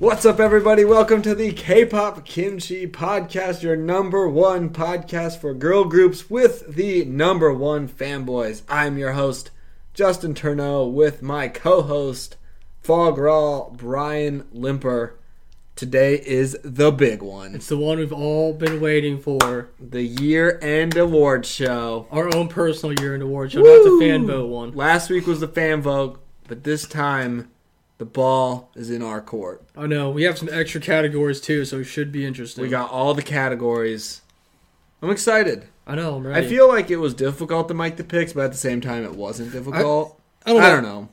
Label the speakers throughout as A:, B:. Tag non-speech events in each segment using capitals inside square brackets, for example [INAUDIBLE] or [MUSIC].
A: What's up, everybody? Welcome to the K pop kimchi podcast, your number one podcast for girl groups with the number one fanboys. I'm your host, Justin Turneau, with my co host, Fog Raw, Brian Limper. Today is the big one
B: It's the one we've all been waiting for.
A: the year end award show.
B: Our own personal year in award show, not the
A: Woo!
B: fan vote one.
A: Last week was the fan vote, but this time the ball is in our court.
B: Oh no, we have some extra categories too, so it should be interesting.
A: We got all the categories. I'm excited.
B: I know, I'm ready.
A: I feel like it was difficult to make the picks, but at the same time, it wasn't difficult.
B: I
A: I,
B: don't know.
A: don't know.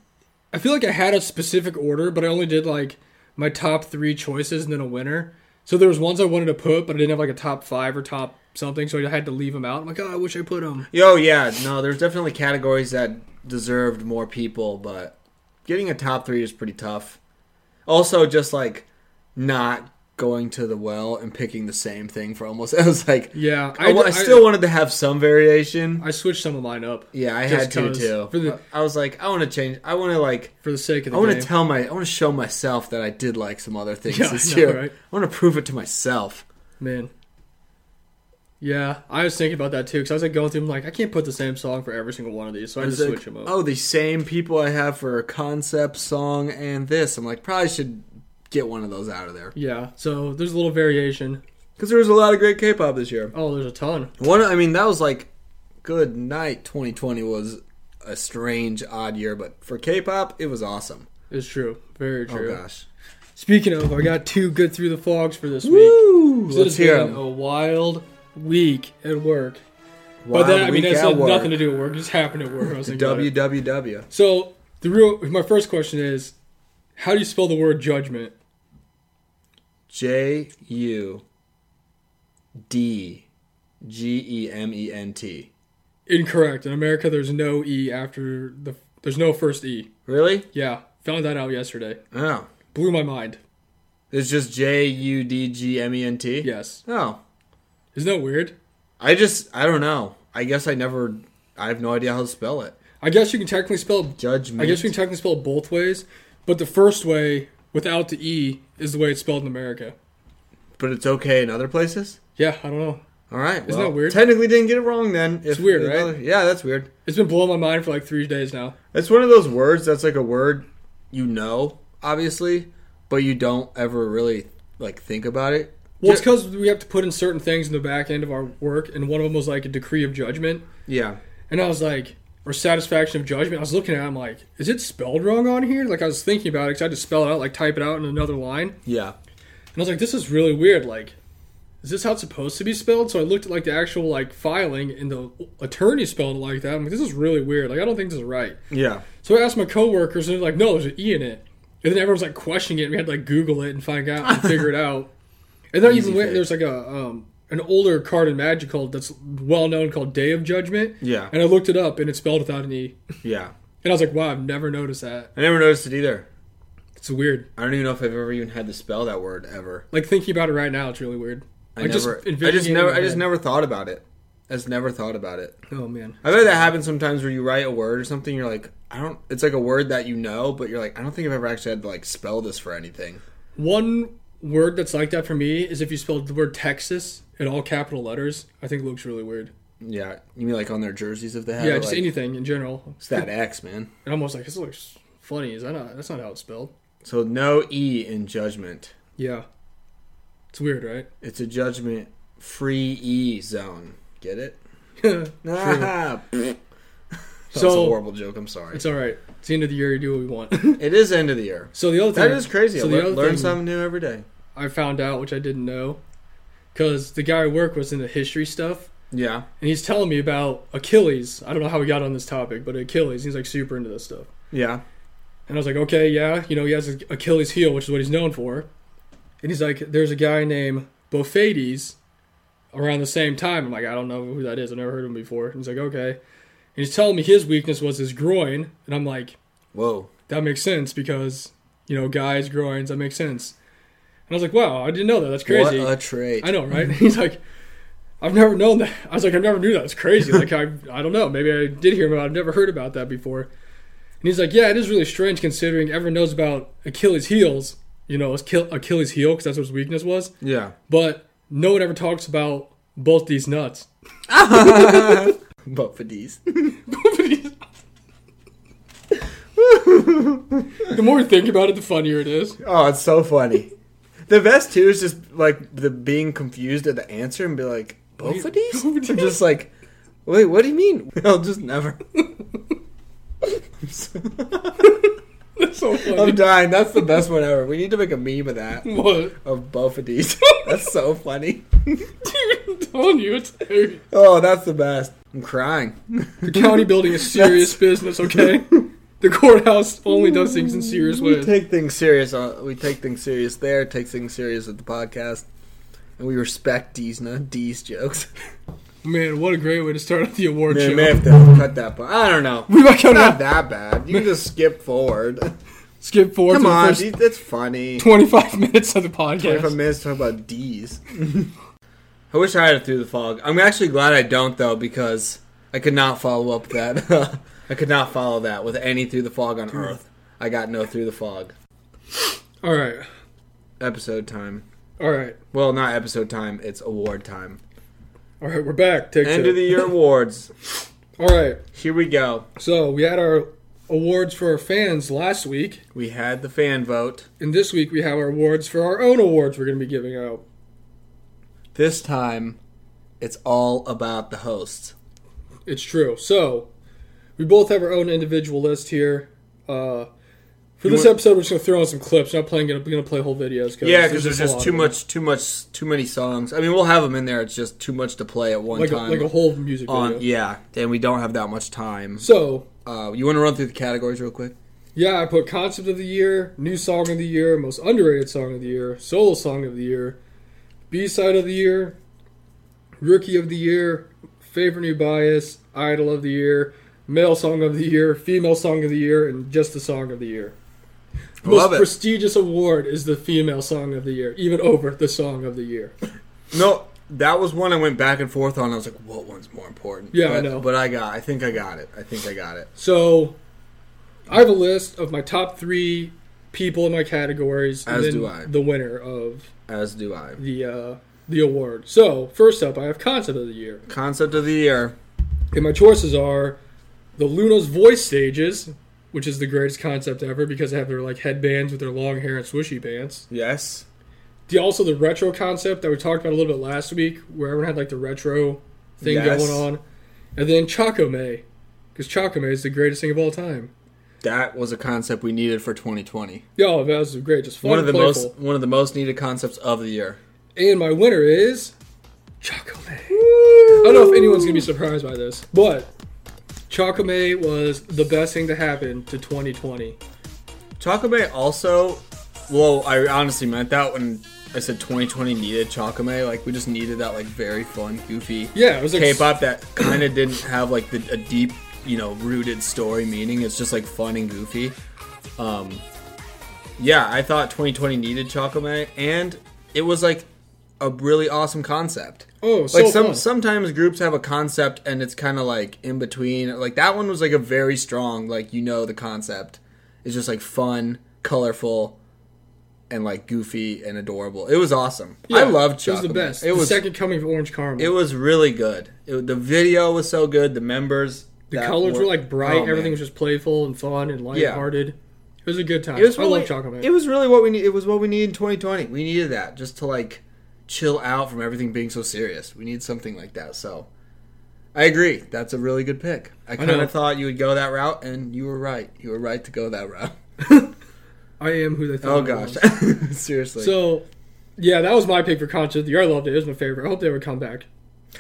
B: I feel like I had a specific order, but I only did like my top three choices and then a winner. So there was ones I wanted to put, but I didn't have like a top five or top something, so I had to leave them out. I'm like, oh, I wish I put them.
A: Yo, yeah, no, there's definitely categories that deserved more people, but getting a top three is pretty tough. Also, just like not going to the well and picking the same thing for almost. [LAUGHS] I was like,
B: Yeah,
A: I, wa- I still wanted to have some variation.
B: I, switched some of mine up
A: yeah, I had
B: just
A: to
B: 'cause.
A: too.
B: For the-
A: I I was like, I want to change. I want to like.
B: for the sake of
A: I
B: the
A: want
B: game.
A: to tell my. I want to show myself that I did like some other things
B: Yeah, I
A: this
B: know,
A: year.
B: right?
A: I want to prove it to myself.
B: Man. Yeah, I was thinking about that too because I was like going through. i like, I can't put the same song for every single one of these, so I
A: I
B: had to
A: was
B: switch
A: like,
B: them up.
A: oh, the same people I have for concept song and this. I'm like, probably should get one of those out of there
B: Yeah, so there's a little variation.
A: because there was a lot of great K-pop this year.
B: Oh, there's a ton.
A: One, I mean, that was like, good night. 2020 was a strange, odd year, but for K-pop, it was awesome.
B: It's true, very true.
A: Oh gosh,
B: Speaking of, I got two good through the fogs for this week.
A: woo!
B: So
A: Let's
B: it's
A: hear
B: been
A: them.
B: A wild week at work, but that I mean that's had nothing to do with work. It just happened at work. I was like, w-
A: WWW.
B: so the real my first question is, how do you spell the word judgment?
A: J U D G E M E N T.
B: Incorrect. In America, there's no e after the there's no first e.
A: Really?
B: Yeah, found that out yesterday.
A: Oh.
B: Blew my mind.
A: It's just J U D G M E N T?
B: Yes.
A: Oh.
B: Isn't that weird?
A: I just, I don't know. I guess I never, I have no idea how to spell it.
B: I guess you can technically spell.
A: Judgment.
B: I guess you can technically spell it both ways, but the first way without the e is the way it's spelled in America.
A: But it's okay in other places?
B: Yeah, I don't know.
A: All right.
B: Isn't
A: well,
B: that weird?
A: Technically didn't get it wrong then. If-
B: It's weird, right?
A: another- Yeah, that's weird.
B: It's been blowing my mind for like three days now.
A: It's one of those words that's like a word you know, obviously, but you don't ever really like think about it.
B: Well, it's because we have to put in certain things in the back end of our work, and one of them was like a decree of judgment,
A: Yeah.
B: and I was like, or satisfaction of judgment. I was looking at, it, I'm like, is it spelled wrong on here? Like I was thinking about it, 'cause I had to spell it out, like type it out in another line.
A: Yeah.
B: And I was like, this is really weird. Like, is this how it's supposed to be spelled? So I looked at like the actual like filing, and the attorney spelled it like that. I'm like, this is really weird. Like, I don't think this is right.
A: Yeah.
B: So I asked my coworkers, and they're like, no, there's an e in it. And then everyone's like questioning it. And we had to like Google it and find out
A: [LAUGHS]
B: and figure it out. And then
A: Easy
B: even went,
A: fix.
B: there's like a um, an older card in Magic called that's well known called Day of Judgment.
A: Yeah.
B: And I looked it up, and it's spelled without an e.
A: Yeah.
B: And I was like, wow, I've never noticed that.
A: I never noticed it either.
B: It's weird.
A: I don't even know if I've ever even had to spell that word ever.
B: Like thinking about it right now, it's really weird.
A: I
B: Like, just
A: never. I
B: envisioning
A: just
B: it in
A: never.
B: my
A: I just
B: head.
A: never thought about it. I just never thought about it.
B: Oh man.
A: I bet that happens sometimes where you write a word or something. You're like, I don't. It's like a word that you know, but you're like, I don't think I've ever actually had to like spell this for anything.
B: One word that's like that for me is if you spelled the word Texas in all capital letters, I think it looks really weird.
A: Yeah, you mean like on their jerseys if they have?
B: Yeah,
A: it,
B: just
A: like,
B: anything in general.
A: It's that X, man.
B: And I'm almost like, this looks funny. Is that not? That's not how it's spelled.
A: So no E in judgment.
B: Yeah, it's weird, right? [LAUGHS]
A: It's a judgment free E zone. Get it?
B: True.
A: Ah,
B: [LAUGHS]
A: That's a
B: so
A: horrible joke. I'm sorry.
B: it's all right. It's the end of the year. You do what we want. [LAUGHS]
A: It is end of the year.
B: so the other thing
A: That is crazy.
B: So
A: I
B: the
A: lear-
B: other
A: learn
B: thing-
A: something new every day.
B: I found out, which I didn't know, because the guy I work with was into history stuff,
A: Yeah.
B: and he's telling me about Achilles. I don't know how we got on this topic, but Achilles. He's like super into this stuff.
A: Yeah.
B: And I was like, okay, yeah, you know, he has his Achilles heel, which is what he's known for. And he's like, there's a guy named Bofades around the same time. I'm like, I don't know who that is. I've never heard of him before. And he's like, okay. And he's telling me his weakness was his groin. And I'm like,
A: Whoa.
B: that makes sense because, you know, guys, groins, that makes sense. And I was like, wow, I didn't know that. That's crazy.
A: What a trait.
B: I know, right? he's like, I've never known that. I was like, I never knew that. It's crazy. Like, I, I don't know. Maybe I did hear about. it. I've never heard about that before. And he's like, Yeah, it is really strange considering everyone knows about Achilles' heels. you know, his kill, Achilles' heel because that's what his weakness was.
A: Yeah.
B: But no one ever talks about both these nuts. [LAUGHS]
A: But for these.
B: [LAUGHS] The more you think about it, the funnier it is.
A: [LAUGHS]
B: [LAUGHS]
A: Oh, it's so funny. the best too is just like the being confused at the answer and be like, both of these?
B: Both
A: [LAUGHS]
B: of
A: I'm just like, wait, what do you mean? [LAUGHS] I'll just never.
B: That's so funny. [LAUGHS]
A: I'm dying. That's the best one ever. We need to make a meme of that.
B: what? [LAUGHS]
A: Of both of these. [LAUGHS] That's so funny.
B: Dude, I'm telling you, it's hilarious.
A: Oh, that's the best. I'm crying. [LAUGHS]
B: The county building is serious business, okay? The courthouse only does things in serious
A: we
B: ways.
A: take things serious. On, we take things serious there. Take things serious at the podcast, and we respect these not these jokes. [LAUGHS]
B: Man, what a great way to start off the award
A: Man,
B: show.
A: may have to cut that part. I don't know.
B: [LAUGHS] We might
A: It's
B: cut it
A: not
B: out.
A: that bad. You can just skip forward.
B: Skip
A: [LAUGHS]
B: forward
A: Come
B: to
A: on,
B: the first
A: dude, that's funny.
B: 25 [LAUGHS] minutes of the
A: If I'm
B: podcast.
A: minutes talk about D's.
B: [LAUGHS]
A: I wish I had it through the fog. I'm actually glad I don't though because I could not follow up that. [LAUGHS] I could not follow that with any through the fog on Earth. I got no through the fog.
B: All right.
A: Episode time.
B: All right.
A: Well, not episode time. It's award time.
B: All right, we're back. Take
A: End
B: two.
A: of the
B: [LAUGHS]
A: year awards.
B: All right.
A: Here we go.
B: So, we had our awards for our fans last week,
A: We had the fan vote.
B: and this week we have our awards for our own awards we're going to be giving out.
A: This time, it's all about the hosts.
B: It's true. So, we both have our own individual list here. Uh, for this
A: want-
B: episode, we're just going to throw in some clips. Not playing, going to play whole videos. Cause
A: Yeah, because there's
B: a
A: just
B: lot
A: too
B: of them.
A: much, too much, too many songs. I mean, we'll have them in there. It's just too much to play at one
B: Like a,
A: time.
B: like a whole music video.
A: on yeah, and we don't have that much time.
B: So,
A: Uh, you want to run through the categories real quick?
B: yeah, I put concept of the year, new song of the year, most underrated song of the year, solo song of the year, B side of the year, rookie of the year, favorite new bias, idol of the year, male song of the year, female song of the year, and just the song of the year. The
A: Love
B: most
A: it.
B: prestigious award is the female song of the year, even over the song of the year.
A: No, that was one I went back and forth on. I was like, what one's more important?
B: Yeah, I
A: but,
B: know.
A: But I got. I think I got it. I think I got it.
B: So, I have a list of my top three people in my categories,
A: As do I.
B: the winner of
A: As do I.
B: the uh, the award. So first up, I have concept of the year,
A: Concept of the year.
B: and my choices are the Luna's voice stages, which is the greatest concept ever because they have their like headbands with their long hair and swishy pants.
A: Yes.
B: The also the retro concept that we talked about a little bit last week, where everyone had like the retro thing
A: Yes.
B: going on, and then Chakome, because Chakome is the greatest thing of all time.
A: That was a concept we needed for 2020.
B: Yo, that was great, just fun,
A: One of the
B: playful.
A: most one of the most needed concepts of the year.
B: And my winner is Chakome. I don't know if anyone's gonna be surprised by this, but Chakome was the best thing to happen to 2020.
A: Chakame also. Well, I honestly meant that when I said 2020 needed Chakame. Like we just needed that like very fun, goofy
B: Yeah, it was like
A: K-pop that kind of didn't have like the, a deep, you know, rooted story meaning. It's just like fun and goofy. Um, yeah, I thought 2020 needed Chakame, and it was like a really awesome concept.
B: Oh, so
A: Like some
B: fun.
A: sometimes groups have a concept and it's kind of like in between. Like that one was like a very strong, like you know the concept. It's just like fun, colorful, and like goofy and adorable. It was awesome. I
B: Yeah,
A: loved Chakame.
B: It was the best.
A: It was
B: the second coming of Orange Caramel.
A: it was really good. It, the video was so good. The members,
B: the colors were like
A: oh,
B: bright. everything was just playful and fun and lighthearted. It was a good time.
A: It was
B: I
A: really,
B: love Chakome.
A: It was really what we need. It was what we needed in 2020. We needed that just to like chill out from everything being so serious. We need something like that. So, I agree. That's a really good pick. I kind
B: know.
A: of thought you would go that route, and you were right. You were right to go that
B: [LAUGHS]
A: route.
B: I am who they thought.
A: Oh
B: I
A: gosh, [LAUGHS]
B: was.
A: seriously.
B: So, yeah, that was my pick for Concept of the Year. I loved it. It was my favorite. I hope they would come back.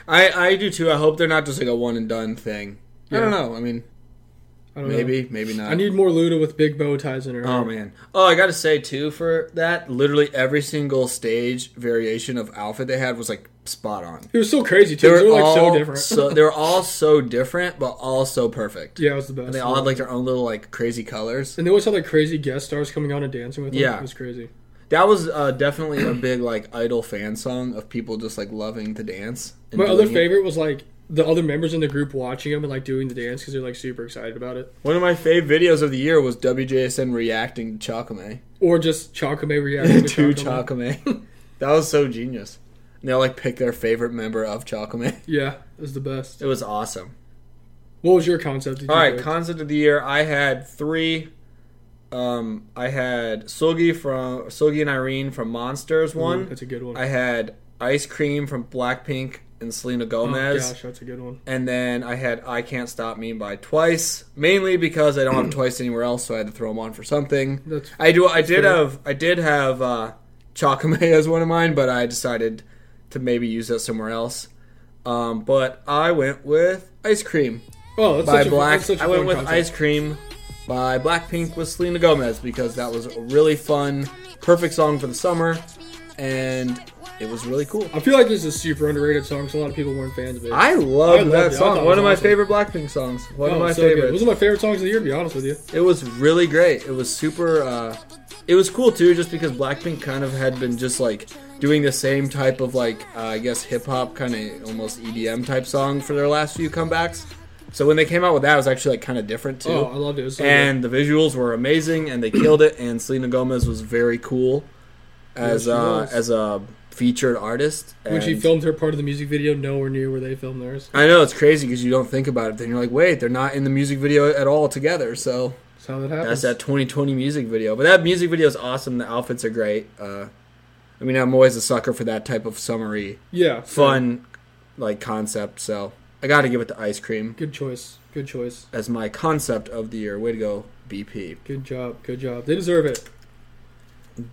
A: I I do too. I hope they're not just like a one and done thing. I don't
B: Yeah.
A: know. I mean,
B: I don't
A: maybe, maybe not.
B: Know. I need more Luda with big bow ties in her.
A: Oh
B: hair.
A: man. Oh, I gotta say too for that, literally every single stage variation of outfit they had was like spot on.
B: It was so crazy too.
A: They
B: They
A: were,
B: were, like so
A: all
B: different.
A: so they were all so different, but all so perfect.
B: [LAUGHS] yeah, it was the best.
A: And they all had like their own little like crazy colors.
B: And they always had like crazy guest stars coming on and dancing with them.
A: Yeah.
B: It was crazy.
A: That was uh, definitely a big like idol fan song of people just like loving to dance. and
B: My other
A: doing it.
B: favorite was like the other members in the group watching them and like doing the dance because they're like super excited about it. [LAUGHS]
A: One of my fave videos of the year was WJSN reacting to Chakame.
B: Or just
A: [LAUGHS]
B: Chakame reacting
A: to
B: to
A: Chakame. [LAUGHS] that was so genius. And they all like pick their favorite member of Chakame. [LAUGHS]
B: Yeah, it was the best.
A: It was awesome.
B: What was your concept?
A: All right, concept of the year. I had three. Um, I had Sogi from Sogi and Irene from Monsters
B: one.
A: one.
B: That's a good one.
A: I had Ice Cream from Blackpink and Selena
B: oh,
A: Gomez.
B: gosh, that's a good one.
A: And then I had I Can't Stop Me by Twice, mainly because I don't
B: [CLEARS THROAT]
A: have Twice anywhere else, so I had to throw them on for something.
B: That's
A: I do. I did
B: fair.
A: have. I did have uh, Chakame [LAUGHS] as one of mine, but I decided to maybe use that somewhere else. Um, but I went with Ice Cream
B: oh, that's
A: by
B: such a,
A: Black.
B: That's such a
A: I went
B: fun
A: with
B: concept.
A: Ice Cream by Blackpink with Selena Gomez because that was a really fun, perfect song for the summer, and it was really cool.
B: I feel like this is a super underrated song. So a lot of people weren't fans of it.
A: I
B: I
A: loved
B: loved
A: that
B: it. I thought
A: song.
B: it
A: One
B: was
A: of my
B: awesome.
A: favorite Blackpink songs. One
B: Oh,
A: of my
B: so good. It
A: favorites.
B: was one of my favorite songs of the year. To be honest with you,
A: It was really great. It was super. Uh, it was cool too, just because Blackpink kind of had been just like doing the same type of like uh, I guess hip hop kind of almost EDM type song for their last few comebacks. So when they came out with that, it was actually like kind of different too.
B: oh, I loved it. it was so good.
A: and the visuals were amazing, and they killed it. And Selena Gomez was very cool as
B: Yes, she
A: uh,
B: was.
A: as a featured artist.
B: when she
A: and-
B: filmed her part of the music video, nowhere near where they filmed theirs.
A: I know it's crazy because you don't think about it. Then you're like, wait, they're not in the music video at all together. So
B: That's how that
A: That's
B: happens.
A: that 2020 music video. But that music video is awesome. The outfits are great. Uh, I mean, I'm always a sucker for that type of summary,
B: yeah,
A: fun, like concept. So I got to give it to Ice Cream
B: Good choice. Good choice.
A: as my concept of the year. Way to go, BP.
B: Good job. Good job. They deserve it.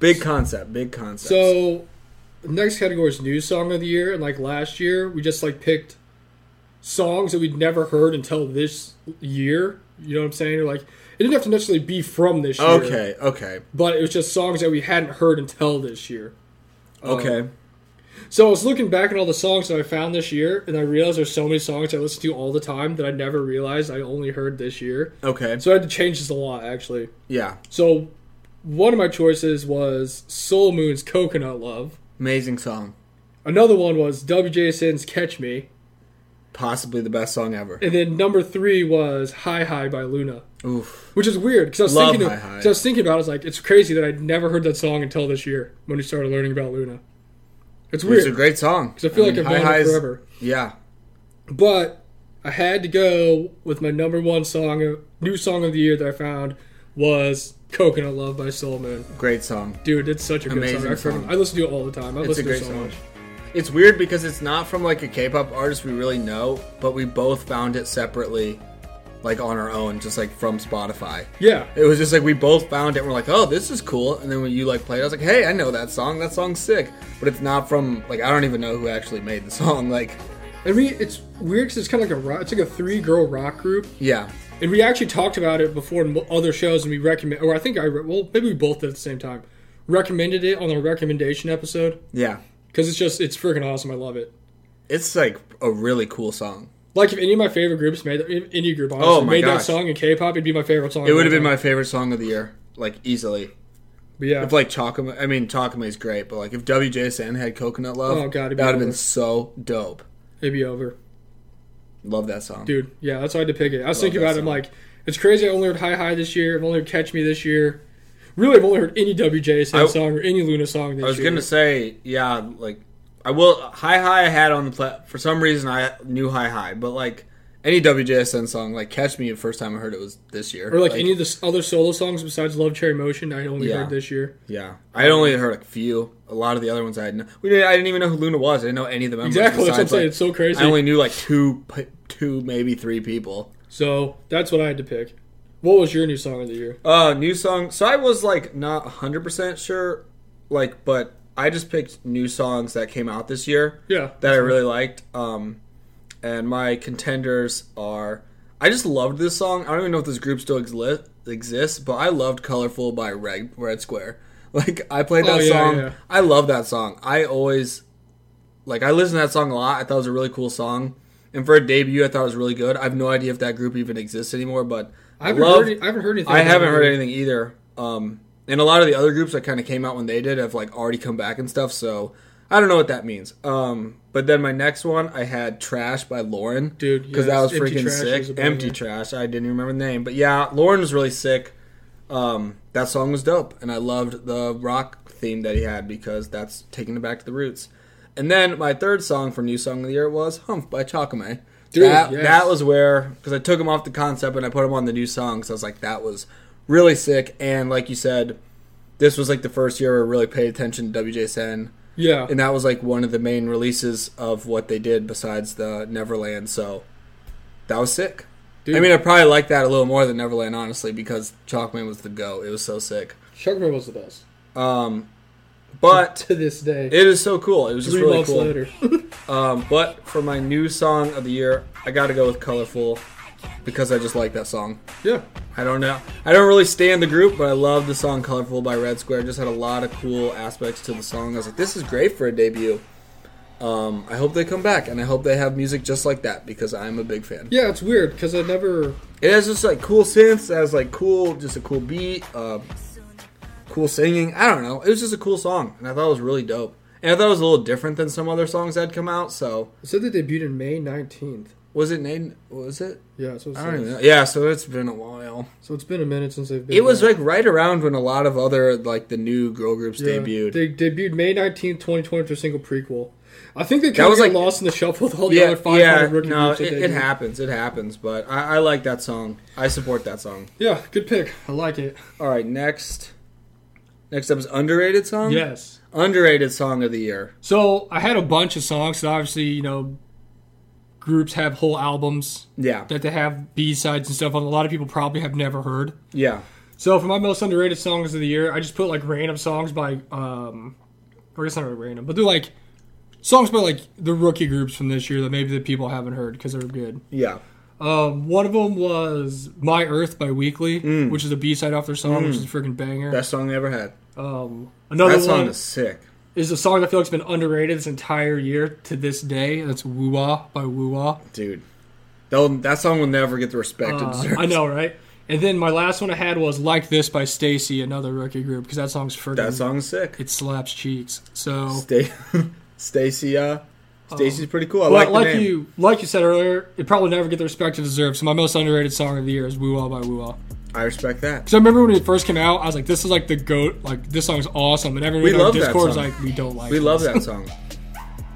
A: Big concept. Big concept.
B: So, next category is new song of the year, and like last year, we just like picked songs that we'd never heard until this year. You know what I'm saying? Or like, it didn't have to necessarily be from this year.
A: okay, okay,
B: But it was just songs that we hadn't heard until this year. Um,
A: okay.
B: So I was looking back at all the songs that I found this year, and I realized there's so many songs I listen to all the time that I never realized I only heard this year.
A: Okay.
B: So I had to change this a lot, actually.
A: Yeah.
B: So one of my choices was Soul Moon's Coconut Love.
A: Amazing song.
B: Another one was WJSN's Catch Me.
A: Possibly the best song ever.
B: And then number three was Hi Hi by Luna,
A: Oof.
B: which is weird because I was
A: Love
B: thinking,
A: Hi
B: of,
A: Hi.
B: 'cause I was thinking about, it, I was like, it's crazy that I'd never heard that song until this year when we started learning about Luna. It's
A: It's a
B: weird
A: great song.
B: because I feel like
A: mean,
B: I've known
A: Hi
B: it
A: Hi's-
B: forever.
A: Yeah.
B: But I had to go with my number one song, new song of the year that I found was Coconut Love by Soul Moon.
A: Great song.
B: Dude, it's such a good
A: Amazing
B: song. I've heard
A: song.
B: it- I listen to it all the time. I
A: It's a
B: listen
A: great
B: to it so
A: song.
B: much.
A: It's weird because it's not from like a K-pop artist we really know, but we both found it separately, like on our own, just like from Spotify.
B: Yeah.
A: It was just like we both found it. and We're like, oh, this is cool. And then when you like played, it, I was like, hey, I know that song. That song's sick. But it's not from like I don't even know who actually made the song. [LAUGHS] Like,
B: And we, it's weird because it's kind of like a rock, it's like a three girl rock group.
A: yeah,
B: And we actually talked about it before in other shows, and we recommend, or I think I, re- well, maybe we both did at the same time, recommended it on the recommendation episode
A: yeah.
B: because it's just, it's freaking awesome. I love it.
A: It's like a really cool song.
B: Like if any of my favorite groups made if any group honestly
A: Oh my
B: made that
A: gosh.
B: song in K-pop, it'd be my favorite song.
A: It
B: of
A: would have
B: all
A: been
B: time.
A: my favorite song of the year, like easily.
B: But yeah,
A: If like Chakama, I mean Chakame's great, but like if WJSN had Coconut Love,
B: Oh, God, it'd be
A: that would have been
B: over.
A: so dope.
B: it'd be over,
A: Love that song.
B: dude. Yeah, that's why I had to pick it. I was
A: Love
B: thinking
A: that
B: about it.
A: song.
B: I'm like, it's crazy. I only heard High High this year. I've only heard Catch Me this year. Really, I've only heard any WJSN
A: I-
B: song or any Luna song this year.
A: I was gonna say, yeah, like I will. High high, I had on the pla- for some reason I knew high high, but like any WJSN song, like Catch Me, the first time I heard it was this year,
B: or like, any of the s- other solo songs besides Love Cherry Motion, I only
A: Yeah.
B: heard this year.
A: yeah, I had only heard a few. A lot of the other ones I had, no, we didn't. I didn't even know who Luna was. I didn't know any of the members.
B: Exactly, that's what I'm
A: besides,
B: saying.
A: like,
B: It's so crazy.
A: I only knew like two, p- two maybe three people.
B: so that's what I had to pick. What was your new song of the year?
A: Uh, new song. So I was like not 100% sure, like, but I just picked new songs that came out this year.
B: Yeah,
A: that I really liked. Um, and my contenders are. I just loved this song. I don't even know if this group still exli- exists, but I loved "Colorful" by Red, Red Square. [LAUGHS] Like I played
B: Oh,
A: that
B: yeah,
A: song.
B: yeah.
A: I love that song. I always like. I listened to that song a lot. I thought it was a really cool song. And for a debut, I thought it was really good. I have no idea if that group even exists anymore, but
B: I haven't,
A: love-
B: heard, any- I haven't heard anything.
A: I
B: about
A: haven't heard
B: it.
A: anything either. Um, and a lot of the other groups that kind of came out when they did have like already come back and stuff. So I don't know what that means. Um, but then my next one, I had "Trash" by Lauren,
B: Dude,
A: because
B: yes,
A: that was
B: Empty
A: freaking
B: Trash was a
A: sick.
B: banger.
A: Empty trash. I didn't remember the name, but yeah, Lauren was really sick. Um, that song was dope, and I loved the rock theme that he had because that's taking it back to the roots. And then my third song for new song of the year was "Humph" by Chakame.
B: Dude,
A: that,
B: yes.
A: that was where because I took him off the concept and I put him on the new song. So I was like, that was really sick. And like you said, this was like the first year where I really paid attention to WJ Sen,
B: Yeah.
A: and that was like one of the main releases of what they did besides the Neverland. So that was sick.
B: Dude,
A: I mean, I probably like that a little more than Neverland, honestly, because Chalkman was the go. It was so sick.
B: Chuckman was the best.
A: Um, but
B: [LAUGHS] To this day.
A: it is so cool. It was just
B: Three
A: really
B: months
A: cool.
B: later. [LAUGHS]
A: Um, but for my new song of the year, I got to go with "Colorful" because I just like that song.
B: yeah.
A: I don't know. I don't really stand the group, but I love the song "Colorful" by Red Square. It just had a lot of cool aspects to the song. I was like, this is great for a debut. Um, I hope they come back, and I hope they have music just like that because I'm a big fan.
B: Yeah, it's weird because I never.
A: It has just like cool synths. It has like cool, just a cool beat, uh, cool singing. I don't know. It was just a cool song, and I thought it was really dope. And I thought it was a little different than some other songs that had come out. So
B: It said they debuted in May 19th.
A: was it named? Was it?
B: Yeah, so it's,
A: I don't even know. Yeah. So it's been a while.
B: so it's been a minute since they've been.
A: It was
B: out.
A: like right around when a lot of other like the new girl groups
B: Yeah.
A: debuted.
B: They debuted May 19th, 2020 with their single prequel. I think they kind
A: That
B: of
A: was
B: was like
A: like-
B: lost in the shuffle with all the
A: yeah,
B: other 500
A: yeah,
B: rookie
A: no,
B: groups.
A: it,
B: that
A: it
B: debuted.
A: happens. It happens. But I, I like that song. I support that song.
B: Yeah, good pick. I like it.
A: All right, next. Next up is underrated song.
B: yes.
A: Underrated song of the year.
B: So I had a bunch of songs that obviously, you know, groups have whole albums
A: Yeah.
B: that they have B sides and stuff on. A lot of people probably have never heard.
A: Yeah.
B: So for my most underrated songs of the year, I just put like random songs by, um, or I guess not really random, but they're like songs by like the rookie groups from this year that maybe the people haven't heard because they're good.
A: Yeah.
B: Um, one of them was My Earth by Weekly,
A: Mm.
B: which is a B side off their song, which is a freaking banger.
A: Best song they ever had.
B: um, another
A: Mm. that song
B: one
A: is sick.
B: is a song that I feel like's been underrated this entire year to this day. and That's Woo Wah by Woo Wah.
A: Dude. They'll, that song will never get the respect it
B: Uh,
A: deserves.
B: I know, right? And then my last one I had was Like This by Stacy, another rookie group, because that song's freaking
A: That song's sick.
B: it slaps cheeks. So
A: Stay, [LAUGHS] Stacy, uh, Stacy's pretty cool. I
B: Oh. Well,
A: like
B: like,
A: the name.
B: you like you said earlier, it probably never get the respect it deserves. So my most underrated song of the year is Woo Wah by Woo Wah.
A: I respect that.
B: Because I remember when it first came out, I was like, "This is like the goat. Like this song's awesome." And everyone
A: We
B: in our
A: love that
B: Discord was
A: song.
B: like, "We don't like."
A: We
B: it." [LAUGHS]
A: love that song.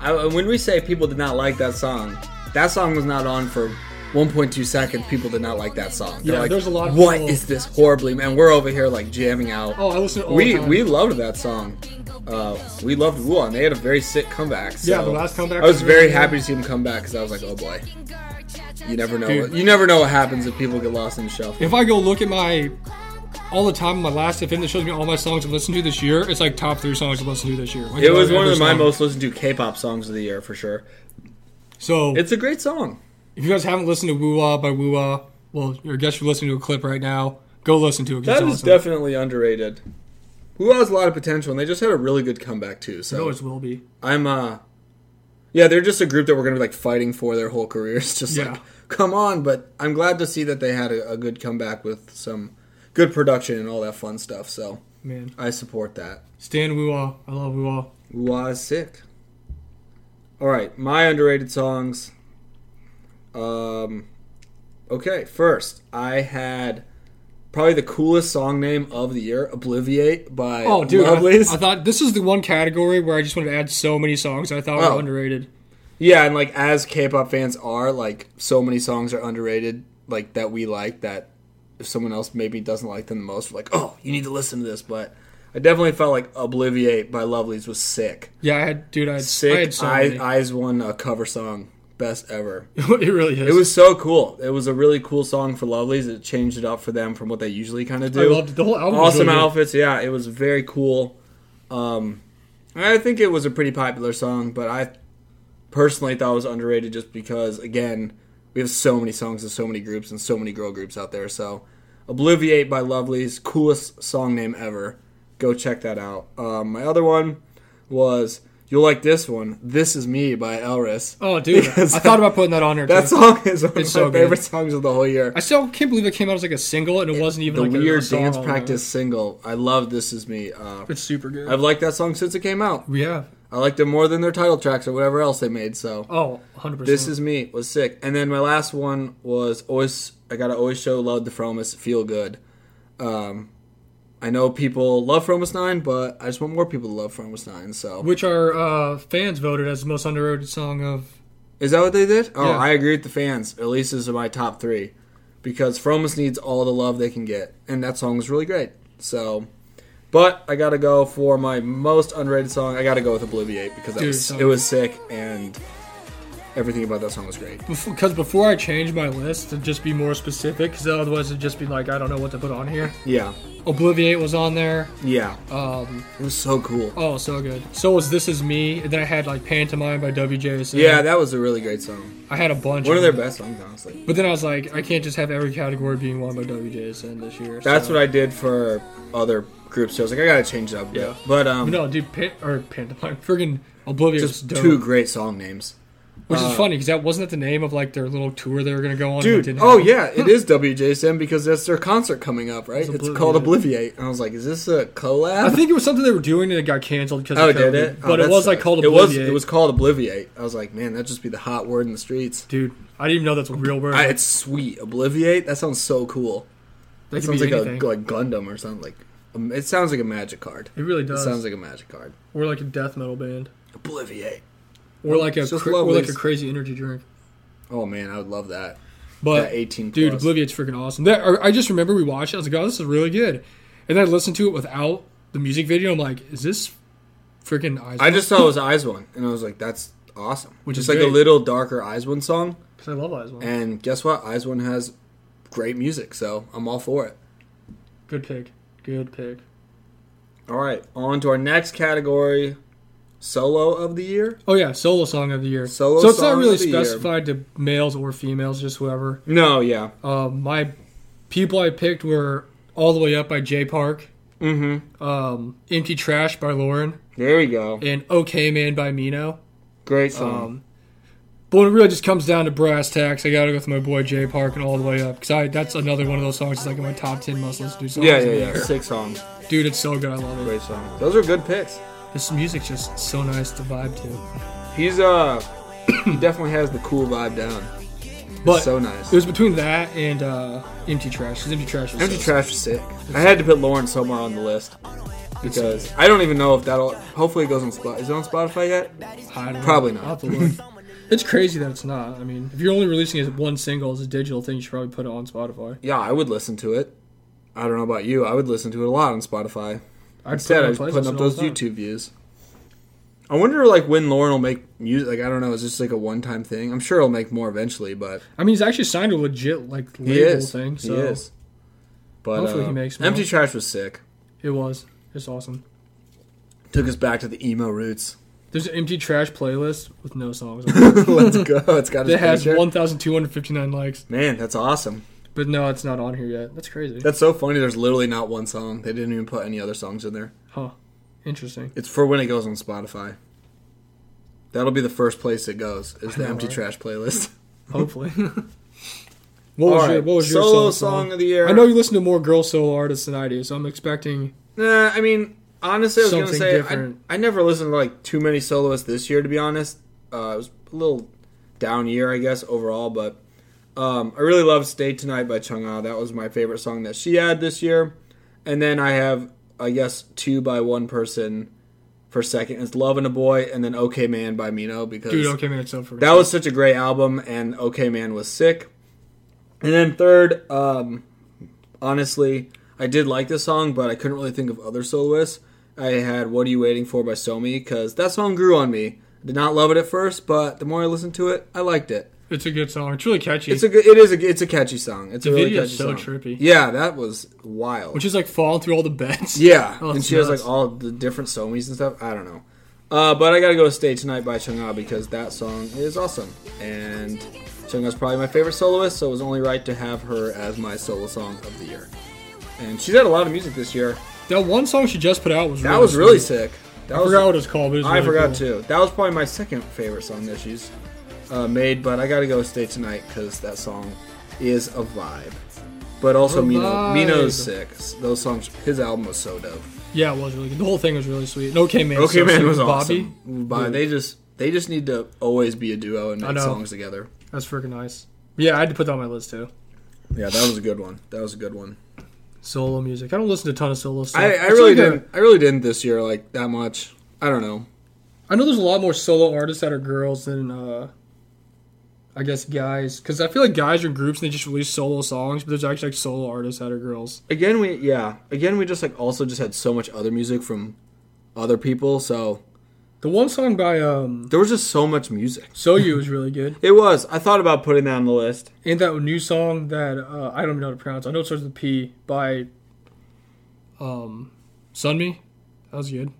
A: I, when we say people did not like that song, that song was not on for 1.2 seconds. People did not like that song. They're
B: Yeah,
A: like,
B: there's a lot of
A: What
B: people-
A: is this horribly? Man, we're over here like jamming out.
B: Oh, I listen. All
A: we
B: the time.
A: we loved that song. Uh, we loved Wu, and they had a very sick comeback. So
B: Yeah, the last comeback
A: I was
B: was
A: very
B: really
A: happy
B: good.
A: to see him come back because I was like, oh boy, you never know.
B: Dude.
A: What, you never know what happens if people get lost in the shuffle.
B: If I go look at my all the time, my last if that shows me all my songs I've listened to this year, it's like top three songs I've listened to this year. Like,
A: It was
B: every
A: one of my
B: song.
A: most listened to K-pop songs of the year for sure.
B: So
A: It's a great song.
B: if you guys haven't listened to Woo Wah by Woo Wah, well, I guess you're listening to a clip right now. Go listen to it. 'cause
A: That is
B: it's awesome.
A: definitely underrated. Who has a lot of potential, and they just had a really good comeback too.
B: It
A: So
B: always will be.
A: I'm, uh, yeah, they're just a group that we're gonna be like fighting for their whole careers. [LAUGHS] Just
B: Yeah.
A: like, come on! But I'm glad to see that they had a, a good comeback with some good production and all that fun stuff. So
B: Man,
A: I support that.
B: Stan Woo Wah, I love Woo Wah.
A: Was sick. All right, my underrated songs. Um, okay, first I had probably the coolest song name of the year, "Obliviate" by
B: Oh, dude, I,
A: Lovelace.
B: I thought this is the one category where I just wanted to add so many songs I thought
A: Oh.
B: were underrated.
A: yeah, and like as K-pop fans are, like so many songs are underrated, like that we like that. If someone else maybe doesn't like them the most, we're like, oh, you need to listen to this. But I definitely felt like "Obliviate" by Lovelace was sick.
B: Yeah, I had, dude, I had, I had
A: Sick.
B: so
A: I,
B: many. [LAUGHS]
A: Eyes won a cover song, best ever.
B: it really is.
A: It was so cool. It was a really cool song for Lovelies. It changed it up for them from what they usually kind of
B: I
A: do.
B: loved it. The whole album. was
A: awesome
B: really good.
A: outfits. Yeah, it was very cool. Um, I think it was a pretty popular song, but I personally thought it was underrated just because, again, we have so many songs and so many groups and so many girl groups out there. So, Obliviate by Lovelies, coolest song name ever. Go check that out. Um, my other one was you'll like this one. This is me by Elris.
B: Oh,
A: [LAUGHS]
B: dude,
A: Because
B: I thought about putting that on there.
A: That
B: too.
A: song is one of my
B: It's so good.
A: favorite songs of the whole year.
B: I still can't believe it came out as like a single and it wasn't even
A: the
B: like a- a
A: weird
B: song
A: dance
B: on
A: practice single. I love "This Is Me." Uh,
B: there. It's super good.
A: I've liked that song since it came out.
B: yeah.
A: I liked it more than their title tracks or whatever else they made. So
B: Oh, 100 percent.
A: "This Is Me" was sick. And then my last one was always I gotta always show love to Fromis. Feel good. Um, I know people love Fromus Nine, but I just want more people to love Fromus Nine. So
B: which our uh, fans voted as the most underrated song of.
A: is that what they did? Oh,
B: Yeah.
A: I agree with the fans. At least this is my top three because Fromus needs all the love they can get, and that song was really great. So, but I gotta go for my most underrated song. I gotta go with Obliviate because that
B: Dude,
A: was,
B: song-
A: it was sick and everything about that song was great.
B: Because before I change my list to just be more specific, because otherwise it'd just be like I don't know what to put on here.
A: Yeah,
B: Obliviate was on there.
A: yeah,
B: Um,
A: it was so cool.
B: oh, so good. So was This Is Me. And then I had like Pantomime by WJSN.
A: Yeah, that was a really great song.
B: I had a bunch.
A: One of
B: of
A: their
B: them.
A: best songs, honestly.
B: But then I was like, I can't just have every category being won by WJSN this year.
A: That's
B: so.
A: what I did for other groups. So I was like, I gotta change it up. a bit.
B: Yeah.
A: But um,
B: No, dude, pan- or pantomime, friggin' Oblivious,
A: just
B: dope,
A: two great song names,
B: which is funny because that wasn't that the name of like their little tour they were gonna go on. and it
A: Uh, dude.
B: didn't
A: Oh
B: happen?
A: yeah, it is WJSM because that's their concert coming up, right? It's,
B: It's
A: called
B: Obliviate.
A: Obliviate. And I was like, is this a collab?
B: I think it was something they were doing and it got canceled because.
A: Oh,
B: of COVID,
A: did it? Oh,
B: But it
A: that
B: was like
A: sucks.
B: called
A: It was.
B: Obliviate.
A: It was called Obliviate. I was like, man, that'd just be the hot word in the streets.
B: dude. I didn't even know that's a real word.
A: I, it's sweet. Obliviate. That sounds so cool.
B: that
A: It
B: could
A: sounds
B: be
A: like
B: anything.
A: a like Gundam or something. Like um, it sounds like a magic card.
B: it really
A: It
B: does.
A: sounds like a magic card.
B: we're like a death metal band.
A: Obliviate.
B: Or like a
A: It's just
B: cra- or like a
A: lovelies.
B: crazy energy drink.
A: Oh man, I would love that.
B: But
A: That 18
B: dude,
A: plus.
B: Obliviate's freaking awesome. That, or I just remember we watched it. I was like, oh, this is really good. And then I listened to it without the music video. I'm like, is this freaking eyes?
A: I just saw his eyes one, and I was like, "That's awesome."
B: Which
A: Which
B: is
A: is like
B: great.
A: a little darker eyes one song,
B: because I love eyes. One.
A: and guess what? Eyes one has great music, so I'm all for it.
B: Good pick. Good pick.
A: All right, on to our next category, solo of the year.
B: Oh yeah, solo song of the year.
A: Solo
B: so it's not
A: song
B: really
A: of the year.
B: specified to males or females, just whoever.
A: No, yeah,
B: Uh, my people I picked were all the way up by Jay Park,
A: mm-hmm.
B: um, Empty Trash by Lauren,
A: There we go.
B: and OK Man by Mino.
A: Great
B: Um, but when it really just comes down to brass tacks, I gotta go with my boy Jay Park and all the way up because I that's another one of those songs that's like in my top ten must listen to songs.
A: yeah,
B: of
A: yeah,
B: the
A: yeah.
B: year.
A: Six songs.
B: Dude, it's so good. I love it.
A: Great songs. Those are good picks.
B: This music's just so nice to vibe to.
A: He's uh, [COUGHS] he definitely has the cool vibe down.
B: But
A: so nice.
B: It was between that and uh, Empty Trash. 'cause Empty Trash was
A: Empty
B: so-
A: trash is sick. I had to put Lauren somewhere on the list because I don't even know if that'll. Hopefully, it goes on Spot. Is it on Spotify yet?
B: I don't know.
A: Probably not.
B: I'll have to look. [LAUGHS] it's crazy that it's not. I mean, if you're only releasing it as one single as a digital thing, you should probably put it on Spotify.
A: Yeah, I would listen to it. I don't know about you. I would listen to it a lot on Spotify.
B: I'd
A: Instead, I was
B: put it on playlist
A: putting up
B: all
A: those
B: the time.
A: YouTube views. I wonder, like, when Lauren will make music. Like, I don't know. Is this like a one-time thing? I'm sure he'll make more eventually, but
B: I mean, he's actually signed to a legit like label
A: he is.
B: thing. So
A: He is. But
B: Hopefully
A: uh,
B: he makes more.
A: Empty Trash was sick.
B: it was. It's awesome.
A: Took us back to the emo roots. [LAUGHS]
B: There's an empty trash playlist with no songs. on it
A: Let's go. It's got his
B: It has
A: picture.
B: 1,259 likes,
A: Man, that's awesome.
B: but no, it's not on here yet. That's crazy.
A: That's so funny. There's literally not one song. They didn't even put any other songs in there.
B: huh. Interesting.
A: It's for when it goes on Spotify. That'll be the first place it goes. Is the
B: know,
A: Empty
B: right?
A: Trash playlist.
B: Hopefully.
A: [LAUGHS]
B: [LAUGHS] what was your
A: Alright,
B: What was your
A: solo
B: solo
A: song of the year?
B: I know you listen to more girl solo artists than I do, so I'm expecting.
A: Nah, I mean, honestly, I was
B: Something
A: gonna say
B: different.
A: I, I never listened to like too many soloists this year. To be honest, uh, it was a little down year, I guess, overall. But um, I really love "Stay Tonight" by Chung Ah. That was my favorite song that she had this year. And then I have, I guess, two by one person for second. It's "Love and a Boy" and then "Okay Man" by Mino because
B: Dude, okay, man, it's so for
A: that was such a great album, and OK Man was sick. And then third, um, honestly, I did like this song, but I couldn't really think of other soloists. I had "What Are You Waiting For" by Somi because that song grew on me. I did not love it at first, but the more I listened to it, I liked it.
B: It's a good song. It's really catchy.
A: It's a good, it is a it's a catchy song. It's
B: The
A: a really
B: video's
A: catchy
B: so
A: song.
B: trippy.
A: Yeah, that was wild.
B: which is like falling through all the beds.
A: yeah,
B: Oh,
A: and
B: it's
A: she has
B: nuts.
A: like all the different Somis and stuff. I don't know. Uh, but I gotta go to Stay Tonight by Chunga because that song is awesome. And Chunga's probably my favorite soloist, so it was only right to have her as my solo song of the year. And she's had a lot of music this year.
B: That one song she just put out was
A: That was really
B: sweet.
A: sick. That
B: I
A: was,
B: forgot what it's called, but it was
A: I
B: really
A: forgot
B: cool.
A: too. That was probably my second favorite song that she's uh, made, but I gotta go with Stay Tonight because that song is a vibe. But also
B: A
A: Mino,
B: vibe.
A: Mino's sick. Those songs, his album was so dope.
B: Yeah, it was really good. The whole thing was really sweet. And okay, man.
A: Okay,
B: so
A: man
B: sweet.
A: was
B: Bobby.
A: awesome. Bobby, they just they just need to always be a duo and
B: I
A: make
B: know.
A: songs together.
B: That's freaking nice. Yeah, I had to put that on my list too.
A: Yeah, that was a good one. That was a good one.
B: solo music. I don't listen to a ton of solo stuff.
A: I, I
B: It's
A: really
B: like a-
A: didn't. I really didn't this year like that much. I don't know.
B: I know there's a lot more solo artists that are girls than uh, I guess guys, because I feel like guys are in groups and they just release solo songs, but there's actually like solo artists that are girls.
A: Again, we yeah. Again, we just like also just had so much other music from other people. So
B: The one song by um,
A: there was just so much music.
B: Soyu was really good,
A: It was. I thought about putting that on the list.
B: and that new song that uh, I don't even know how to pronounce. I know it starts with a P by um, Sunmi. That was good.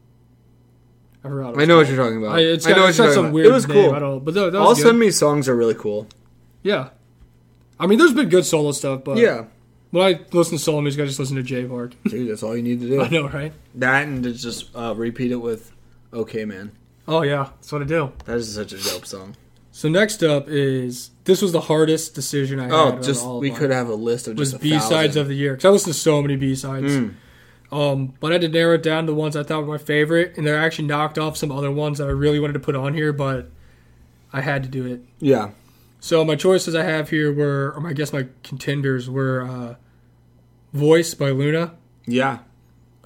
B: I forgot.
A: I know what you're talking about.
B: I, it's
A: I
B: got,
A: know
B: it's got some weird.
A: It was
B: name,
A: cool.
B: I don't know, but that, that was
A: All
B: good.
A: send me songs are really cool.
B: yeah. I mean, there's been good solo stuff, but
A: Yeah,
B: When I listen to solo music, I just listen to J Bark.
A: dude, that's all you need to [LAUGHS]
B: [LAUGHS] I
A: do.
B: know, right?
A: That and to just uh, repeat it with "Okay, man."
B: Oh yeah, that's what I do.
A: That is such a dope song.
B: So next up is this was the hardest decision I had.
A: Oh,
B: out
A: just
B: of all of
A: we
B: mine.
A: could have a list of
B: was
A: just
B: B sides of the year because I listened to so many B sides.
A: Mm.
B: Um, but I had to narrow it down to the ones I thought were my favorite, and they actually knocked off some other ones that I really wanted to put on here, but I had to do it.
A: Yeah,
B: So my choices I have here were, or my- I guess my contenders were, uh, "Voice" by Luna,
A: yeah.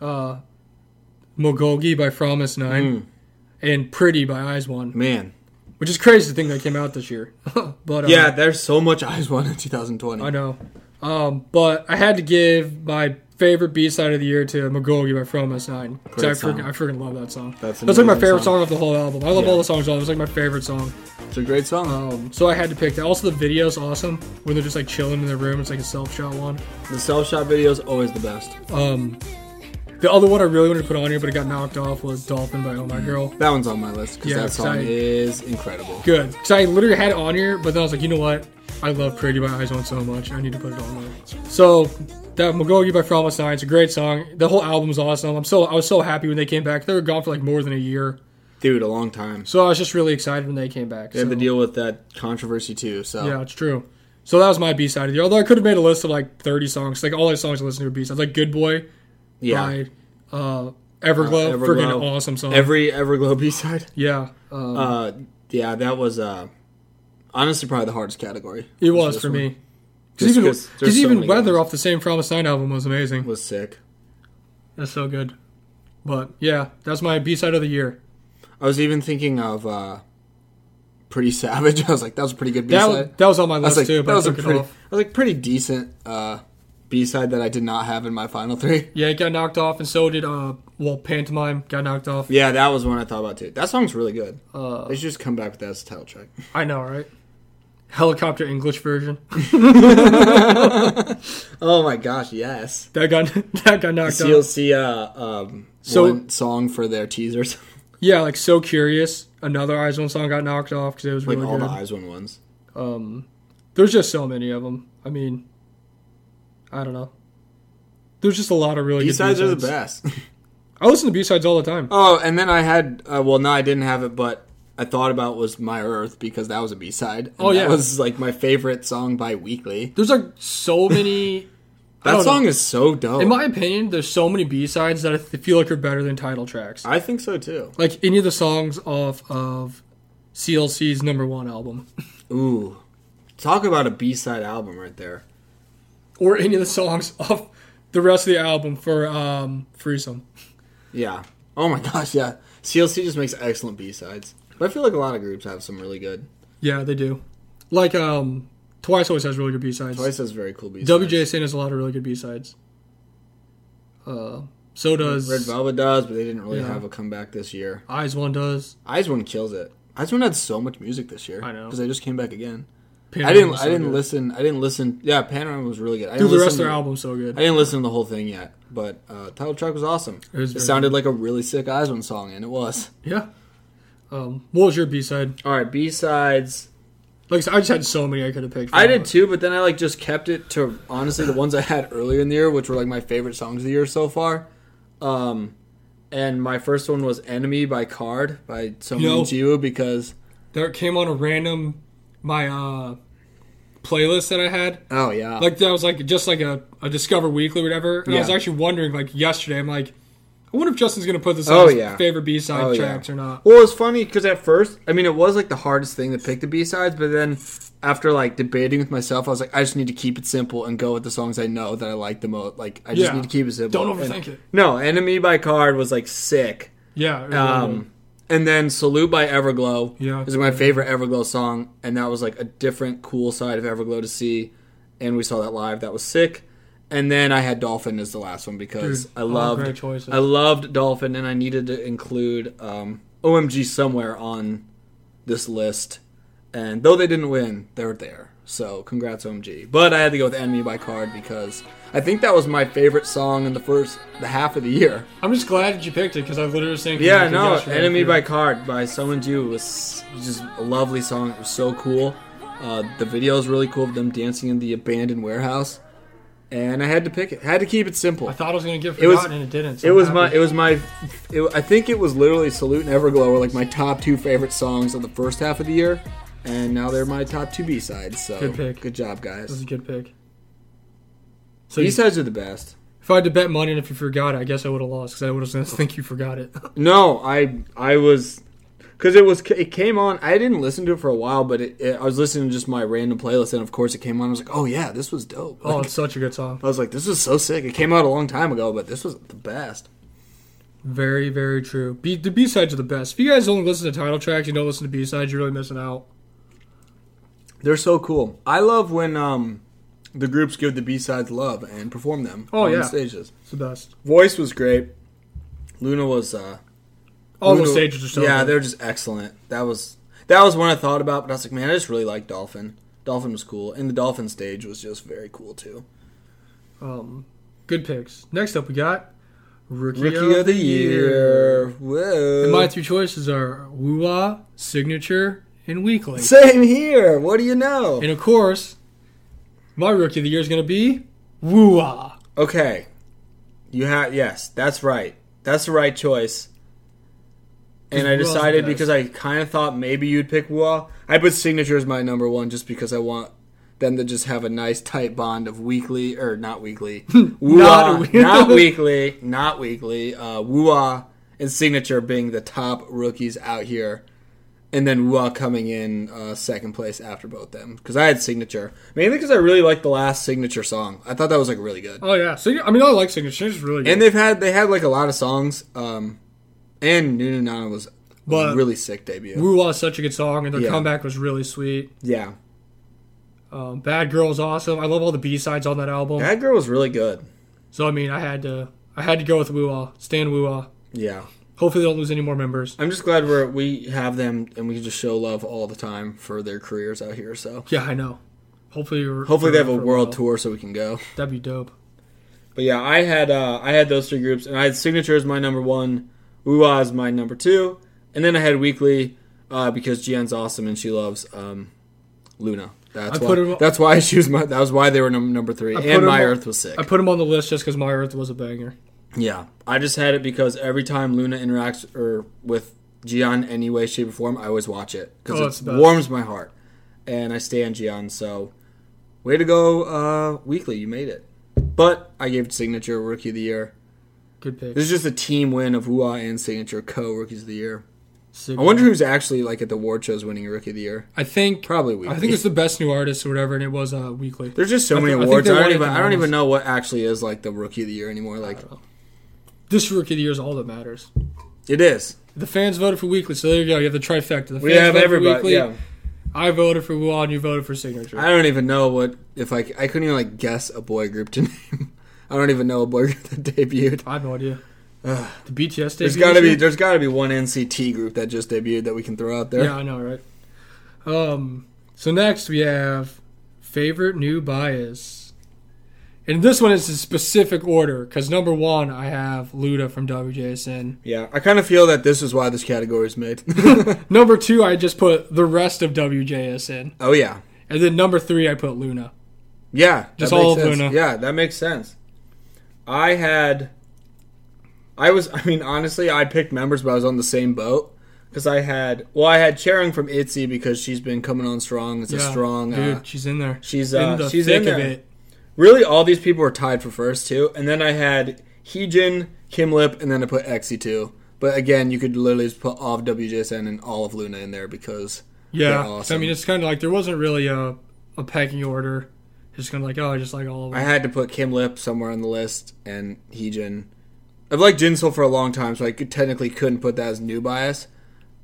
B: uh, "Mogogi" by Promise Nine,
A: Mm.
B: and "Pretty" by Eyes One.
A: Man,
B: which is crazy to think that came out this year. [LAUGHS] but uh,
A: yeah, there's so much eyes one in 2020.
B: I know. Um, but I had to give my favorite B side of the year to Magogi by From S9 because I
A: Great song.
B: freaking, I freaking love that song.
A: That's an
B: That's like my
A: amazing
B: favorite
A: song.
B: song off the whole album. I love
A: Yeah.
B: all the songs. on it. It's like my favorite song.
A: It's a great song.
B: Um, so I had to pick that. Also, the video's awesome when they're just like chilling in their room. It's like a self shot one.
A: the self shot video is always the best.
B: Um, the other one I really wanted to put on here, but it got knocked off was Dolphin by Oh My Girl.
A: That one's on my list because
B: Yeah,
A: that
B: it's
A: song
B: tight.
A: is incredible.
B: Good. Because I literally had it on here, but then I was like, you know what? I love Pretty by Eyes On so much. I need to put it on there. So that Magogi by From Sign, it's a great song. The whole album's awesome. I'm so I was so happy when they came back. They were gone for like more than a year.
A: Dude, a long time.
B: So I was just really excited when they came back.
A: They had
B: so-
A: to deal with that controversy too. So
B: Yeah, it's true. So that was my B side of the year. Although I could have made a list of like 30 songs. Like all the songs I listened to were B sides. Like Good Boy
A: yeah.
B: by uh, Everglow.
A: Uh,
B: Friggin'
A: Everglow.
B: awesome song.
A: every Everglow B side.
B: yeah. Um,
A: Uh, yeah, that was uh, honestly probably the hardest category.
B: it was
A: this
B: for
A: one.
B: me.
A: Just
B: Because even,
A: 'cause there's
B: 'cause
A: so
B: even
A: many
B: Weather
A: ones.
B: off the same Promise Sign album was amazing.
A: was sick.
B: That's so good. But yeah, that's my B side of the year.
A: I was even thinking of uh, Pretty Savage. [LAUGHS] I was like, that was a pretty good B
B: That,
A: side.
B: was, that was on my
A: I was
B: list
A: like,
B: too,
A: that
B: but I
A: was a
B: took it
A: pretty,
B: off.
A: I was like pretty decent uh, B side that I did not have in my final three.
B: Yeah, it got knocked off, and so did uh, well, pantomime got knocked
A: [LAUGHS]
B: off.
A: Yeah, that was one I thought about too. That song's really good.
B: Uh,
A: They should just come back with that as a title
B: [LAUGHS]
A: track. [LAUGHS]
B: I know, right? Helicopter English version [LAUGHS]
A: Oh my gosh, yes.
B: that got [LAUGHS] that got knocked
A: So you'll
B: off.
A: see uh, um,
B: So-
A: one song for their teasers, [LAUGHS]
B: Yeah, like so curious. Another Eyes One song got knocked off because it was
A: like
B: really
A: all the
B: good.
A: Eyes One ones.
B: um, there's just so many of them. I mean, I don't know. There's just a lot of really
A: B sides
B: good
A: are the
B: B-sides.
A: best. [LAUGHS]
B: I listen to B sides all the time.
A: Oh, and then I had uh, well, no, I didn't have it, but I thought about was My Earth because that was a B side.
B: Oh, yeah.
A: that was like my favorite song by Weekly.
B: There's like
A: [LAUGHS]
B: so many. I
A: That
B: don't know.
A: song is so dope.
B: In my opinion, there's so many B sides that I th- feel like are better than title tracks.
A: I think so too.
B: Like any of the songs off of CLC's number one album, [LAUGHS]
A: Ooh, talk about a B side album right there.
B: or any of the songs off the rest of the album for um Freesome.
A: Yeah. Oh my [LAUGHS] gosh, yeah. CLC just makes excellent B sides. But I feel like a lot of groups have some really good.
B: Yeah, they do. Like um, Twice always has really good B sides.
A: Twice has very cool B sides.
B: WJSN has a lot of really good B sides. Uh, so does
A: Red Velvet does, but they didn't really
B: Yeah.
A: have a comeback this year.
B: Eyes One does.
A: Eyes One kills it. Eyes One had so much music this year.
B: I know.
A: because they just came back again. I
B: Panorama
A: didn't.
B: was
A: I
B: so
A: didn't
B: good.
A: listen. I didn't listen. Yeah, Panorama was really good. I
B: Dude,
A: didn't
B: the rest of
A: listen
B: their
A: to-
B: album so good.
A: I didn't listen to the whole thing yet, but uh, title track was awesome.
B: It was
A: It
B: very
A: sounded like a really sick Eyes One song, and it was.
B: yeah. Um, what was your B side?
A: All right, B sides.
B: Like I said, I just had so many I could have picked.
A: I
B: from.
A: did too, but then I like just kept it to honestly the ones I had earlier in the year, which were like my favorite songs of the year so far. Um, and my first one was "Enemy" by Card by Someone
B: You know-
A: Jiwoo because
B: that came on a random my uh playlist that I had.
A: oh yeah,
B: Like that was like just like a, a Discover Weekly or whatever. And I was
A: Yeah.
B: actually wondering like yesterday, I'm like, I wonder if Justin's gonna put this
A: Oh,
B: on his
A: yeah.
B: favorite B side
A: Oh, yeah.
B: tracks or not.
A: Well, it's funny because at first, I mean, it was like the hardest thing to pick the B sides, but then after like debating with myself, I was like, I just need to keep it simple and go with the songs I know that I like the most. Like, I just
B: Yeah.
A: need to keep it simple.
B: Don't
A: And-
B: overthink it.
A: No, Enemy by Card was like sick.
B: Yeah. it really
A: Um, and then Salute by Everglow
B: Yeah.
A: is my favorite Everglow song, and that was like a different cool side of Everglow to see, and we saw that live. That was sick. And then I had Dolphin as the last one because
B: Dude,
A: I
B: all
A: loved
B: great choices.
A: I loved Dolphin, and I needed to include um, OMG somewhere on this list. And though they didn't win, they were there. So congrats OMG. But I had to go with Enemy by Card because I think that was my favorite song in the first the half of the year.
B: I'm just glad that you picked it because I literally was thinking.
A: Yeah,
B: like,
A: no,
B: yes, right
A: Enemy
B: here.
A: by Card by Someone Jew was just a lovely song. It was so cool. Uh, the video is really cool of them dancing in the abandoned warehouse, and I had to pick it. Had to keep it simple.
B: I thought I was gonna get
A: It was-
B: forgotten and it didn't. so
A: It
B: I'm
A: was
B: happy.
A: my, it was my, it, I think it was literally Salute and Everglow were like my top two favorite songs of the first half of the year, and now they're my top two B sides. So
B: Good pick.
A: good job,
B: That was
A: guys.
B: a good pick. So
A: B
B: you,
A: sides are the best.
B: if I had to bet money and if you forgot it, I guess I would have lost because I would have just think you forgot it. [LAUGHS]
A: No, I I was because it was it came on. I didn't listen to it for a while, but it, it, I was listening to just my random playlist, and of course it came on. I was like, oh yeah, this was dope.
B: oh,
A: Like,
B: it's such a good song.
A: [LAUGHS] I was like, this is so sick. It came out a long time ago, but this was the best.
B: Very, very true. B, the B sides are the best. If you guys only listen to title tracks, you don't listen to B sides, you're really missing out.
A: They're so cool. I love when um the groups give the B sides love and perform them.
B: Oh,
A: on
B: yeah.
A: stages.
B: It's the best.
A: Voice was great. Luna was uh
B: All the
A: Luna-
B: stages are so
A: yeah,
B: good.
A: they're just excellent. That was that was one I thought about, but I was like, man, I just really like Dolphin. Dolphin was cool, and the Dolphin stage was just very cool too.
B: Um, good picks. Next up, we got Rookie,
A: Rookie of, the year. Whoa.
B: And my three choices are Wuwa, Signature, and Weekly.
A: Same here. What do you know?
B: And of course, my Rookie of the Year is going to be Wuwa.
A: Okay. You have yes, that's right. That's the right choice. And I
B: Because Wua's the
A: decided
B: best.
A: because I kind of thought maybe you'd pick Wua. I put Signature as my number one just because I want them to just have a nice tight bond of weekly or not weekly.
B: [LAUGHS] Not
A: Wua,
B: a-
A: not weekly, not weekly. Uh, Wua and Signature being the top rookies out here. and then Wah coming in uh, second place after both them because I had signature mainly because I really liked the last signature song. I thought that was like really good,
B: Oh, yeah. Sign- I mean, I like Signature. It's really good.
A: and they've had they had like a lot of songs. Um, and Nunu Nana was a
B: But-
A: really sick debut.
B: Wuwa is such a good song, and their
A: Yeah.
B: comeback was really sweet.
A: yeah,
B: Um, Bad Girl is awesome. I love all the B sides on that album.
A: that girl was really good.
B: So I mean, I had to, I had to go with Ah, Wuwa. Stan Wuwa.
A: Yeah,
B: Hopefully, they don't lose any more members.
A: I'm just glad we're we have them and we can just show love all the time for their careers out here. So
B: Yeah, I know. Hopefully, we're-
A: hopefully they have a
B: for
A: world
B: while.
A: tour so we can go.
B: That'd be dope.
A: But yeah, I had uh, I had those three groups, and I had Signature as my number one, Uwa as my number two, and then I had Weekly uh, because Gian's awesome and she loves um, Luna. That's
B: I
A: why.
B: put him-
A: that's why she was my. That was why they were num- number three,
B: I put
A: and
B: him
A: My
B: on-
A: Earth was sick.
B: I put him on the list just because My Earth was a banger.
A: yeah, I just had it because every time Luna interacts or with Gian any way, shape, or form, I always watch it
B: Oh,
A: because
B: it's
A: it
B: the best.
A: warms my heart, and I stay on Gian. So, way to go, uh, Weekly! You made it. But I gave Signature Rookie of the Year.
B: Good pick.
A: This is just a team win of Wua and Signature co rookies of the year.
B: Sick.
A: I wonder who's actually like at the award shows winning rookie of the year.
B: I think.
A: Probably Weekly.
B: I think it's the best new artist or whatever, and it was uh, Weekly.
A: There's just so
B: I thi-
A: many
B: I think
A: awards.
B: they
A: I, don't
B: won it
A: even
B: the
A: I don't even
B: most.
A: know what actually is like the rookie of the year anymore. Like
B: This Rookie of the Year is all that matters.
A: it is.
B: The fans voted for Weekly, so there you go. You have the trifecta. The fans
A: We have
B: voted for
A: everybody.
B: Weekly,
A: Yeah.
B: I voted for Wuan, you voted for Signature.
A: I don't even know what if I c- I couldn't even like guess a boy group to [LAUGHS] name. I don't even know a boy [LAUGHS] group that debuted.
B: I have no
A: [SIGHS]
B: idea.
A: Ugh.
B: the BTS.
A: There's
B: debut
A: got to
B: this
A: be
B: year?
A: there's got to be one NCT group that just debuted that we can throw out there.
B: Yeah, I know, right? Um, so next we have favorite new bias, and this one is in specific order because number one I have Luda from WJSN.
A: Yeah, I kind of feel that this is why this category is made. [LAUGHS]
B: Number two I just put the rest of WJSN,
A: oh yeah.
B: and then number three I put Luna.
A: Yeah, that
B: Just
A: makes
B: all of
A: sense.
B: Luna.
A: Yeah, that makes sense. I had, I was. I mean, honestly, I picked members, but I was on the same boat because I had. Well, I had Charing from Itzy because she's been coming on strong. It's a strong.
B: dude.
A: Uh,
B: she's in there.
A: she's
B: in
A: uh,
B: the
A: she's
B: thick
A: in there.
B: of it.
A: Really, all these people were tied for first too, and then I had Heejin, Kim Lip, and then I put XC2. But again, you could literally just put all of WJSN and all of Luna in there because
B: Yeah,
A: They're
B: I mean, it's kind of like there wasn't really a, a pecking order. It's kind of like, oh, I just like all of
A: I
B: them.
A: had to put Kim Lip somewhere on the list and Heejin. I've liked Jinsoul for a long time, so I could, technically couldn't put that as new bias.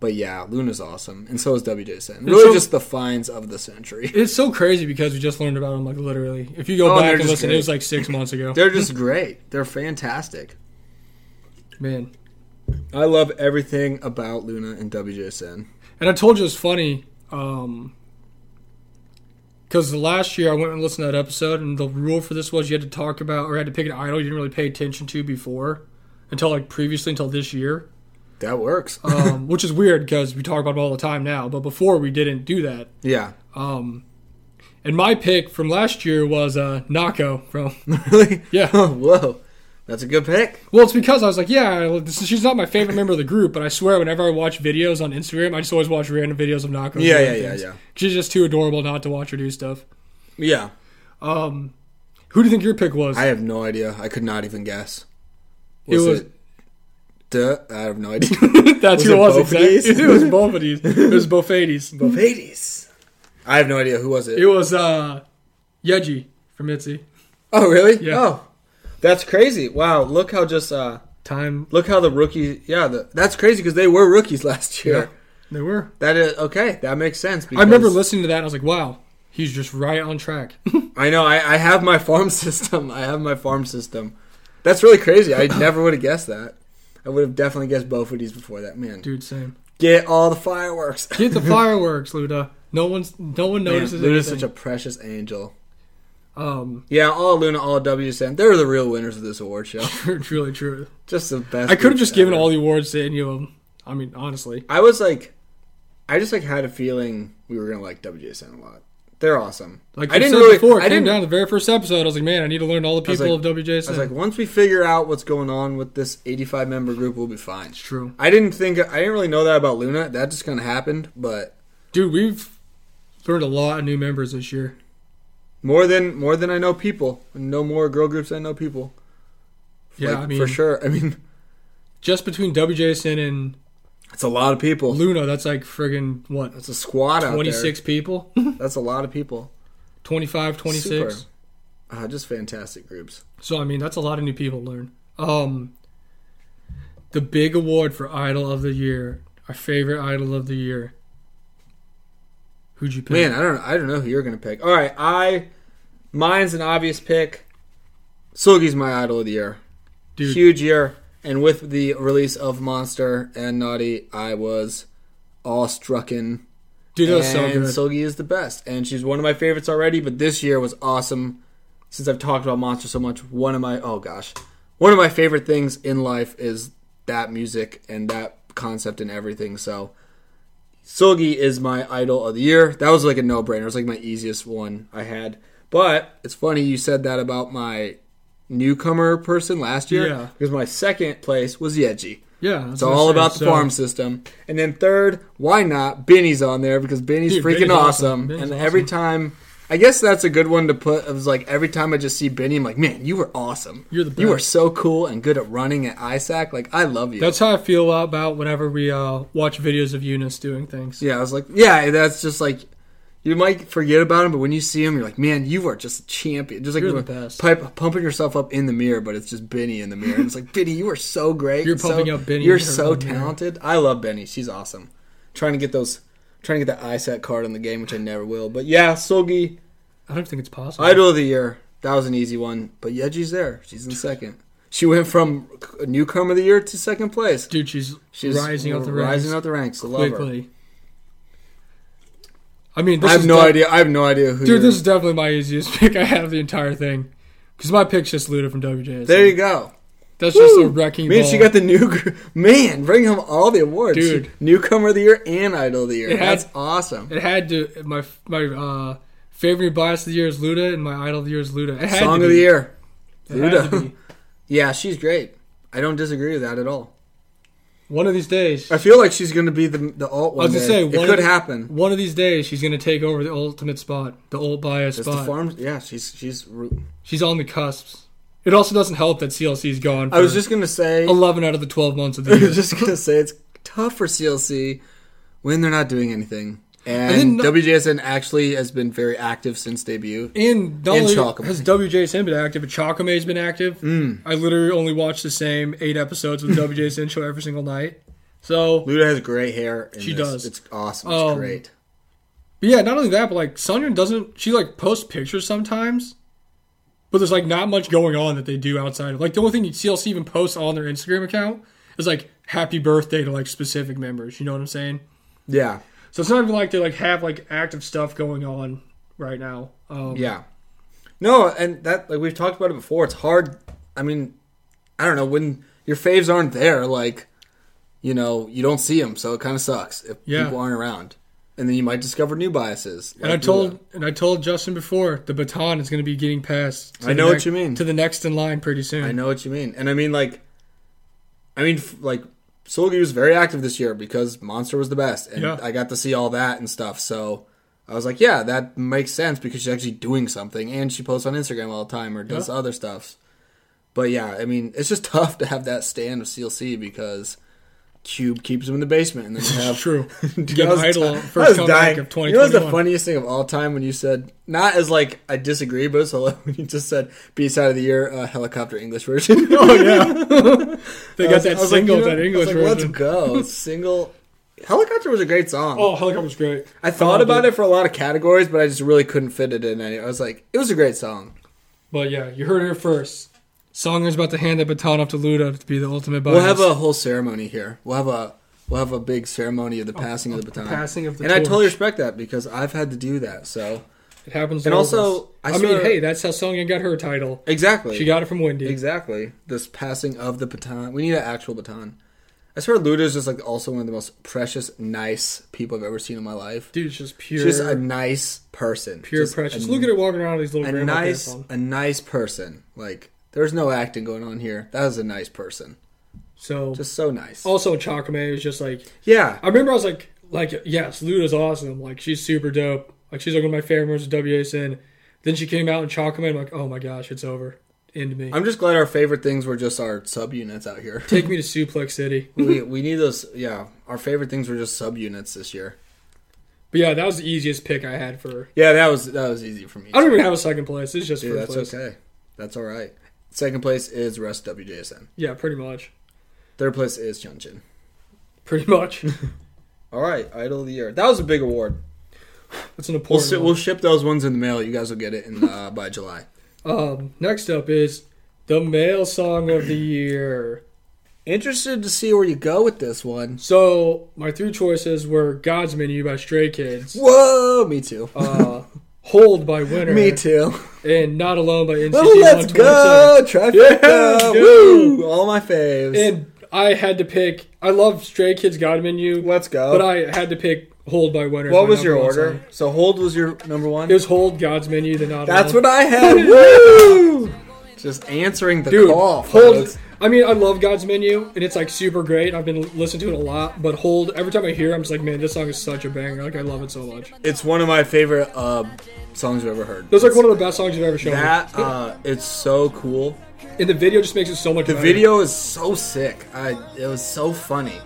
A: But yeah, Luna's awesome, and so is WJSN. Really,
B: so-
A: just the finds of the century. [LAUGHS]
B: It's so crazy because we just learned about them, like literally. If you go
A: Oh, they're
B: back and
A: just
B: listen,
A: great.
B: it was like six months ago.
A: They're just great. They're fantastic.
B: Man,
A: I love everything about Luna and WJSN.
B: and I told you it's funny. Um, because last year I went and listened to that episode, and the rule for this was you had to talk about or had to pick an idol you didn't really pay attention to before, until like previously until this year.
A: That works.
B: um, [LAUGHS] which is weird because we talk about it all the time now. But before we didn't do that.
A: yeah.
B: Um, and my pick from last year was uh, Nako from [LAUGHS]
A: [LAUGHS] Really?
B: yeah.
A: Whoa. That's a good pick.
B: Well, it's because I was like, yeah, well, this, she's not my favorite member of the group, but I swear, whenever I watch videos on Instagram, I just always watch random videos of Nako.
A: Yeah,
B: doing
A: yeah, yeah,
B: things.
A: yeah.
B: She's just too adorable not to watch her do stuff.
A: Yeah.
B: Um, who do you think your pick was?
A: I have no idea. I could not even guess.
B: It was-
A: Duh. I have no idea.
B: [LAUGHS]
A: [LAUGHS] was
B: That's who
A: it
B: it was.
A: Bofades?
B: Exactly. [LAUGHS] It
A: [LAUGHS]
B: was Bofades. It was Bofades.
A: Hades. I have no idea who was it.
B: It was uh, Yeji from Mitzi.
A: Oh really?
B: Yeah.
A: Oh, that's crazy! Wow, look how just uh,
B: Time
A: look how the rookie. Yeah, the, that's crazy because they were rookies [LAUGHS] last year.
B: they were.
A: That is okay. That makes sense. Because
B: I remember listening to that. and I was like, wow, he's just right
A: [LAUGHS]
B: on track.
A: I know. I, I have my [LAUGHS] farm system. I have my farm system. That's really crazy.
B: [COUGHS]
A: I never would have guessed that. I would have definitely guessed both of these before that. Man,
B: Dude, same.
A: get all the fireworks.
B: Get the fireworks, Luda. No one's no
A: [LAUGHS]
B: one
A: Man,
B: notices
A: Luna's such
B: anything.
A: a precious angel.
B: um, [LAUGHS]
A: Yeah, all Luna, all WSN. They're the real winners of this award show. [LAUGHS]
B: truly true.
A: Just the best.
B: I could have
A: groups
B: just given
A: ever.
B: all the awards to any of them. I mean, honestly,
A: I was like, I just like had a feeling we were gonna like WJSN a lot. They're awesome.
B: like
A: I
B: I
A: didn't
B: said
A: really.
B: before, it
A: I
B: came
A: didn't.
B: down to the very first episode. I was like, man, I need to learn all the
A: was
B: people
A: like-
B: of WJSN.
A: I was like, once we figure out what's going on with this 85 member group, we'll be fine.
B: it's true,
A: I didn't think. I didn't really know that about Luna. That just kind of happened, but
B: dude. We've learned a lot of new members this year.
A: more than more than I know people. No more girl groups than I know people.
B: Yeah,
A: Like,
B: I mean,
A: for sure. I mean, [LAUGHS]
B: just between WJSN and
A: it's a lot of people.
B: Luna, that's like friggin' what
A: That's a squad out [LAUGHS]
B: 26 people,
A: there. That's a lot of people.
B: 25, 26.
A: Super. Uh, just fantastic groups.
B: So I mean, that's a lot of new people to learn. Um, the big award for Idol of the Year, our favorite Idol of the Year. Who'd you pick?
A: Man, I don't I don't know who you're gonna pick. All right, I mine's an obvious pick. Sulgi's my idol of the year.
B: Dude.
A: Huge year. And with the release of Monster and Naughty, I was awestrucken.
B: Dude, that
A: And
B: was so good.
A: Sulgi is the best. And she's one of my favorites already, but this year was awesome. Since I've talked about Monster so much, one of my oh gosh. One of my favorite things in life is that music and that concept and everything, so Sulgi is my idol of the year. That was like a no brainer. It was like my easiest one I had. But it's funny you said that about my newcomer person last year.
B: Yeah.
A: Because my second place was Yeji.
B: yeah,
A: It's all about the farm system. And then third, why not? Benny's on there because Benny's
B: Dude,
A: freaking
B: Benny's awesome.
A: awesome.
B: Benny's
A: and
B: awesome.
A: every time, I guess that's a good one to put. It was like every time I just see Benny, I'm like, man, you were awesome.
B: You're the
A: You were
B: best."
A: so cool and good at running at ISAC. Like, I love you.
B: That's how I feel about whenever we uh, watch videos of Eunice doing things.
A: Yeah, I was like, yeah, that's just like you might forget about him, but when you see him, you're like, man, you are just a champion. Just like
B: You're the best.
A: Pipe, pumping yourself up in the mirror, but it's just Benny in the mirror. And it's like Benny, you are so great.
B: You're
A: and so-
B: pumping up Benny
A: You're
B: in her
A: so
B: own mirror.
A: talented. I love Benny. She's awesome. Trying to get those, trying to get that ISAT card in the game, which I never will. But yeah, Sogi,
B: I don't think it's possible.
A: idol of the year. That was an easy one. But Yeji's there. She's in second. She went from newcomer of the year to second place.
B: Dude, she's,
A: She's
B: rising up the ranks
A: rising up the ranks. I love her.
B: quickly. I mean, this
A: I have
B: is
A: no
B: def-
A: idea. I have no idea who.
B: Dude,
A: you're-
B: this is definitely my easiest [LAUGHS] pick I have the entire thing. Because my pick's just Luda from WJS.
A: There you go.
B: That's just
A: Woo!
B: a wrecking
A: Man,
B: ball.
A: she got the new gr- [LAUGHS] man. Bring home all the awards,
B: Dude.
A: Newcomer of the year and Idol of the year.
B: It had-
A: That's awesome.
B: It had to. My my uh, favorite bias of the year is Luda, and my idol of the year is Luda. It had
A: Song
B: to
A: of
B: be.
A: the year,
B: It had to
A: Luda.
B: be.
A: yeah, she's great. I don't disagree with that at all.
B: One of
A: [LAUGHS]
B: these days,
A: I feel like she's going to be the the alt one.
B: I was gonna
A: day.
B: say,
A: it
B: one
A: could
B: of the- [LAUGHS]
A: happen.
B: one of these days, she's gonna take over the ultimate spot, the old bias
A: It's the
B: spot.
A: farm. Yeah, she's she's. ru-
B: She's on the cusps. It also doesn't help that CLC's gone.
A: [LAUGHS]
B: For
A: I was just gonna say.
B: eleven out of the twelve months of
A: I [LAUGHS]
B: the year. [LAUGHS]
A: was just gonna say it's tough for CLC when they're not doing anything. And,
B: then no-
A: WJSN actually has been very active since debut.
B: And not
A: And
B: only
A: Chalkamay.
B: has WJSN been active, but Chalkamay's been active. I literally only watch the same eight episodes of the WJSN show every single night. So,
A: Luda has great hair. in
B: She
A: this.
B: does.
A: It's awesome. It's
B: Um,
A: great.
B: but yeah, not only that, but like Sonya doesn't, she like posts pictures sometimes, but there's like not much going on that they do outside of like the only thing CLC even posts on their Instagram account is like happy birthday to like specific members. You know what I'm saying?
A: Yeah,
B: So it's not even like they like have like active stuff going on right now. Um,
A: yeah. No, and that like we've talked about it before. It's hard. I mean, I don't know when your faves aren't there. Like, you know, you don't see them, so it kind of sucks if
B: Yeah.
A: people aren't around. And then you might discover new biases.
B: And I
A: like
B: told
A: Luda.
B: and I told Justin before the baton is going to be getting passed. to
A: I
B: the
A: know what
B: next-
A: you mean.
B: To the next in line pretty soon.
A: I know what you mean, and I mean like, I mean f- like Solgi was very active this year because Monster was the best, and
B: Yeah.
A: I got to see all that and stuff. So I was like, yeah, that makes sense because she's actually doing something, and she posts on Instagram all the time or does
B: Yeah.
A: other stuff. But yeah, I mean, it's just [LAUGHS] tough to have that stand of CLC because Cube keeps him in the basement, and then
B: [LAUGHS]
A: you have. [LAUGHS]
B: True.
A: Dude,
B: Get
A: I was
B: idle
A: di- I was
B: first comeback
A: dying.
B: of
A: You know what's the
B: 2021.
A: funniest thing of all time when you said not as like I disagree, but so [LAUGHS] when you just said B side of the year uh, helicopter English version.
B: [LAUGHS]
A: [LAUGHS]
B: oh yeah, they
A: I
B: got
A: was-
B: that
A: I was
B: single,
A: like, you know-
B: that
A: I was
B: English
A: like,
B: version.
A: Let's
B: [LAUGHS]
A: go single. Helicopter was a great song.
B: Oh, helicopter's great.
A: I thought
B: loved
A: about it. for a lot of categories, but I just really couldn't fit it in. Any. I was like, it was a great song.
B: But yeah, you heard it here first. Songer's about to hand that baton off to Luda to be the ultimate. Bias.
A: We'll have a whole ceremony here. We'll have a we'll have a big ceremony of the passing of the baton.
B: passing of the
A: and I totally
B: torch.
A: respect that because I've had to do that. So
B: It happens. to
A: and
B: all
A: also,
B: of us.
A: I
B: I, mean,
A: saw-
B: hey, that's how Sonya got her title.
A: exactly,
B: She got it from Wendy.
A: Exactly. This passing of the baton. We need an actual baton. I swear Luda's just like also one of the most precious, nice people I've ever seen in my life.
B: Dude, it's just pure,
A: She's just a nice person.
B: pure
A: Just
B: precious.
A: a-
B: Look at her walking around with these little
A: A
B: grandma pants
A: nice
B: on.
A: a nice person. Like there's no acting going on here. That is a nice person.
B: So
A: Just so nice.
B: also, Chakame is just like
A: Yeah.
B: I remember I was like, like yes, Luda's awesome. Like she's super dope. Like she's like one of my favorite members of WSN. Then she came out in Chalkamay. I'm like, oh my gosh, it's over. End me.
A: I'm just glad our favorite things were just our subunits out here.
B: Take me to Suplex City.
A: [LAUGHS] we we need those yeah. Our favorite things were just subunits this year.
B: But yeah, that was the easiest pick I had for.
A: Yeah, that was that was easy for me.
B: I don't even have a second place. It's just
A: Dude,
B: first
A: that's
B: place.
A: okay. That's all right. Second place is Rest WJSN.
B: Yeah, pretty much.
A: Third place is Chunchin.
B: Pretty
A: [LAUGHS]
B: much.
A: All right, Idol of the Year. That was a big award.
B: That's an
A: We'll,
B: important.
A: si-
B: one.
A: we'll ship those ones in the mail. You guys will get it in uh, by July.
B: Um, next up is the male song of the year.
A: Interested to see where you go with this one.
B: So my three choices were "God's Menu" by Stray Kids,
A: Whoa, Oh, me too.
B: uh, "Hold" by Winner,
A: [LAUGHS] Me too.
B: and "Not Alone" by
A: [LAUGHS]
B: NCT
A: Oh, let's
B: 127.
A: go. Trifecta.
B: Yeah, dude.
A: Woo. All my faves.
B: And I had to pick. I love Stray Kids God Menu,
A: let's go.
B: but I had to pick Hold by Winner. as
A: what
B: my
A: was your
B: number one
A: order?
B: song.
A: So Hold was your number one?
B: It was Hold God's Menu, then not.
A: That's
B: Alone.
A: what I [LAUGHS] had. Woo! Just answering the
B: Dude,
A: call.
B: Hold.
A: folks.
B: I mean, I love God's Menu, and it's like super great. I've been listening to it a lot, but Hold. Every time I hear, it, I'm just like, man, this song is such a banger. Like, I love it so much.
A: It's one of my favorite uh, songs I've ever heard.
B: That's like one of the best songs you've ever shown. me.
A: that uh, it's so cool.
B: and the video just makes it so much.
A: The
B: better.
A: video is so sick. I it was so funny.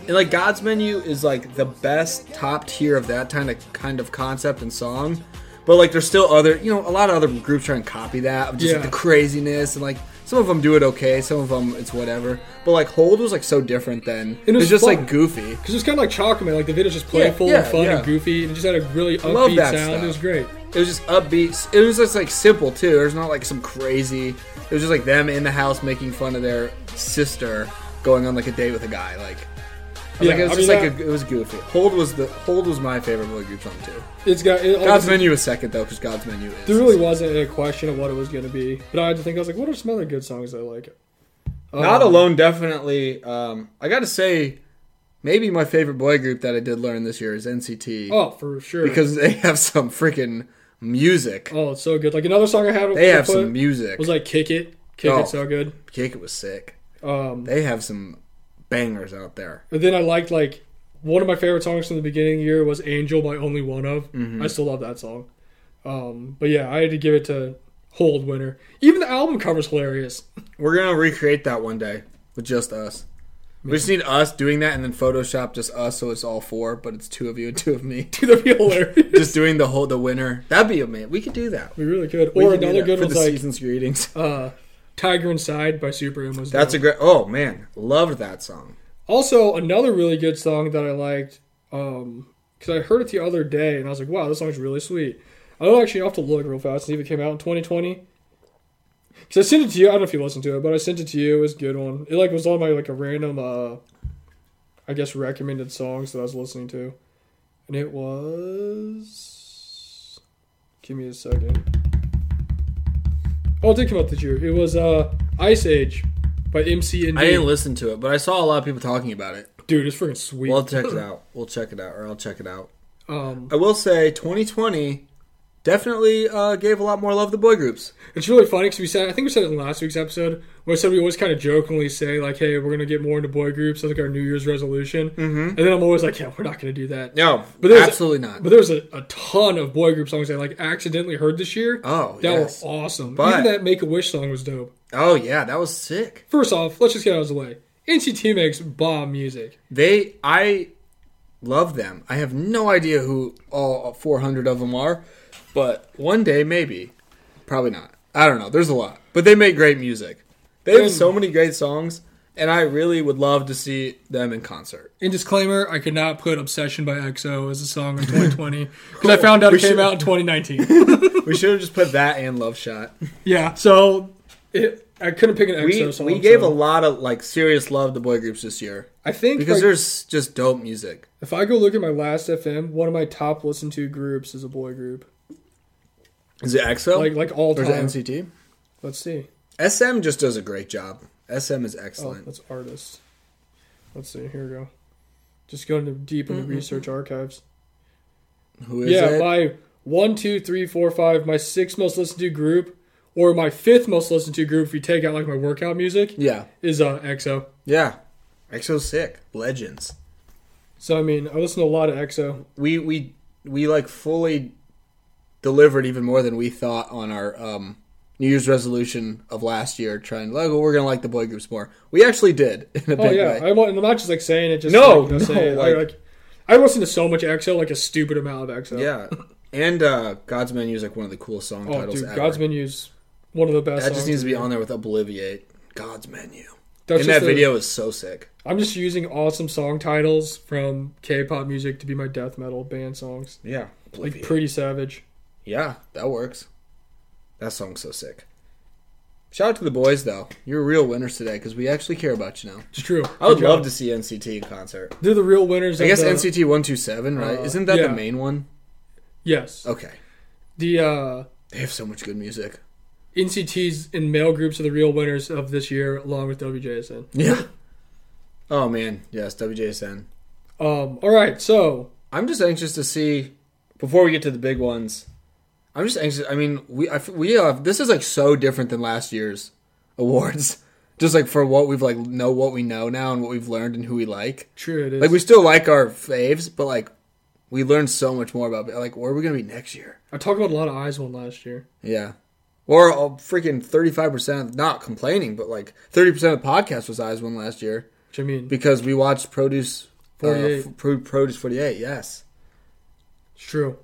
A: And like God's Menu is like the best top tier of that kind of kind of concept and song. But like there's still other, you know, a lot of other groups try and copy that of just like,
B: Yeah.
A: the craziness and like some of them do it okay, some of them it's whatever. But like Hold was like so different than
B: It
A: it
B: was
A: was just
B: fun.
A: like goofy.
B: Because it's kind of like Chocolate, like the video's just playful
A: yeah,
B: and fun
A: yeah.
B: and goofy, and it just had a really
A: Love
B: upbeat
A: that
B: sound.
A: stuff.
B: It was great.
A: It was just upbeat. It was just like simple too. There's not like some crazy. It was just like them in the house making fun of their sister going on like a date with a guy. Like, I was
B: Yeah,
A: like it was
B: I
A: just
B: mean,
A: like
B: that-
A: a, it was goofy. Hold was the Hold was my favorite boy group song too.
B: It's got it,
A: God's
B: honestly,
A: Menu was second though because God's Menu is
B: There really wasn't a question of what it was going to be, but I had to think. I was like, "What are some other good songs I like?"
A: not
B: Um,
A: alone. Definitely, um, I got to say, maybe my favorite boy group that I did learn this year is NCT
B: Oh, for sure.
A: because they have some freaking music.
B: oh, it's so good. Like another song I had.
A: They have
B: put
A: some music.
B: Was like "Kick It." Kick
A: Oh.
B: it so good.
A: Kick it was sick.
B: Um,
A: They have some bangers out there.
B: but then I liked like one of my favorite songs from the beginning of the year
A: Mm-hmm.
B: was "Angel" by Only One of. I still love that song. Um, but yeah, I had to give it to Hold winner. Even the album cover's hilarious. [LAUGHS]
A: We're gonna recreate that one day with just us. We just need us doing that and then Photoshop just us so it's all four, but it's two of you and two of
B: [LAUGHS]
A: me.
B: Dude, that'd be hilarious.
A: just doing the whole the winner. That'd be amazing. We could do that.
B: We really could.
A: We
B: Or
A: could do
B: another
A: that
B: good
A: for
B: one's
A: the
B: like
A: season's greetings.
B: [LAUGHS] uh, Tiger Inside by Super M was
A: That's a
B: dope.
A: great. Oh man, loved that song.
B: also another really good song that I liked um because I heard it the other day and I was like, wow, this song's really sweet. I don't actually have to look real fast and see if it came out in 2020. Because I sent it to you. I don't know if you listened to it, but I sent it to you. It was a good one. It like was on my like a random, uh I guess, recommended songs that I was listening to, and it was. Give me a second. Oh, it did come out this year. It was uh Ice Age by MC and
A: I didn't listen to it, but I saw a lot of people talking about it.
B: Dude, it's freaking sweet.
A: We'll check it out. We'll check it out, or I'll check it out.
B: Um,
A: I will say, 2020 definitely uh, gave a lot more love to boy groups.
B: it's really funny because we said, I think we said it in last week's episode, where I said we always kind of jokingly say, like, hey, we're going to get more into boy groups. That's like our New Year's resolution. Mm-hmm. And then I'm always like, yeah, we're not going to do that.
A: No,
B: But there's-
A: absolutely not.
B: But there was a, a ton of boy group songs I like accidentally heard this year.
A: Oh,
B: that
A: yes.
B: were awesome.
A: But-
B: Even that Make a Wish song was dope.
A: Oh yeah, that was sick.
B: First off, let's just get out of the way. NCT makes bomb music.
A: They, I love them. I have no idea who all 400 of them are, but one day maybe, probably not. I don't know. There's a lot, but they make great music. They have so many great songs, and I really would love to see them in [LAUGHS] concert.
B: In disclaimer, I could not put Obsession by EXO as a song in 2020 because I found out
A: We
B: it came
A: should-
B: out in [LAUGHS] 2019.
A: We should have just put that and Love Shot.
B: yeah, so it, I couldn't pick an EXO
A: We,
B: song.
A: we gave
B: so-
A: a lot of like serious love to boy groups this year
B: I think
A: because
B: like,
A: there's just dope music.
B: if I go look at my last FM, one of my top listened to groups is a boy group.
A: Is it EXO?
B: Like like all
A: Oh. or
B: time.
A: is it NCT?
B: Let's see.
A: SM uh, just does a great job. SM is
B: Oh,
A: excellent.
B: that's artists. Let's see. Here we go. Just going to deep into research archives.
A: Who Mm-hmm. is
B: yeah,
A: it?
B: my one, two, three, four, five, my sixth most listened to group, or my fifth most listened to group if you take out like my workout music
A: yeah.
B: is uh EXO.
A: Yeah. EXO's sick. Legends.
B: So I mean, I listen to a lot of EXO.
A: We we we like fully delivered even more than we thought on our um New Year's resolution of last year, trying like, oh, we're gonna like the boy groups more. We actually did [LAUGHS] in a
B: Oh
A: big
B: yeah,
A: way.
B: I, want- and I'm not just like saying it. Just
A: No,
B: like,
A: no,
B: saying, like,
A: like-
B: like, I listen to so much EXO, like a stupid amount of EXO.
A: yeah, and uh, God's Menu is like one of the coolest song
B: Oh,
A: titles
B: dude,
A: ever.
B: God's Menu's one of the best.
A: that just
B: songs.
A: needs to be on there with Obliviate. God's Menu.
B: That's
A: and
B: just
A: that
B: a-
A: video is so sick.
B: I'm just using awesome song titles from K-pop music to be my death metal band songs,
A: Yeah,
B: like Pretty Savage.
A: yeah, that works. That song's so sick. Shout out to the boys though. You're real winners today because we actually care about you now.
B: It's true.
A: I would love to see NCT in concert. uh,
B: They're the real winners.
A: I guess
B: of the,
A: NCT 127, right?
B: uh,
A: Isn't that
B: yeah.
A: the main one?
B: Yes,
A: Okay.
B: the uh,
A: They have so much good music.
B: NCTs in male groups are the real winners of this year, along with WJSN.
A: Yeah. Oh, man. Yes, WJSN.
B: Um, all right, so
A: I'm just anxious to see, before we get to the big ones, I'm just anxious. I mean, we, I f we have, this is like so different than last year's [LAUGHS] awards. Just like for what we've like, know what we know now and what we've learned and who we like.
B: true it is.
A: Like, we still like our faves, but like, we learned so much more about, like, where are we going to be next year?
B: I talked about a lot of eyes one last year.
A: Yeah. Or a freaking 35%, not complaining, but like 30% of the podcast was Eyes One last year
B: Which I mean,
A: because we watched Produce uh,
B: 48.
A: F- Pro- Produce 48, yes.
B: it's true.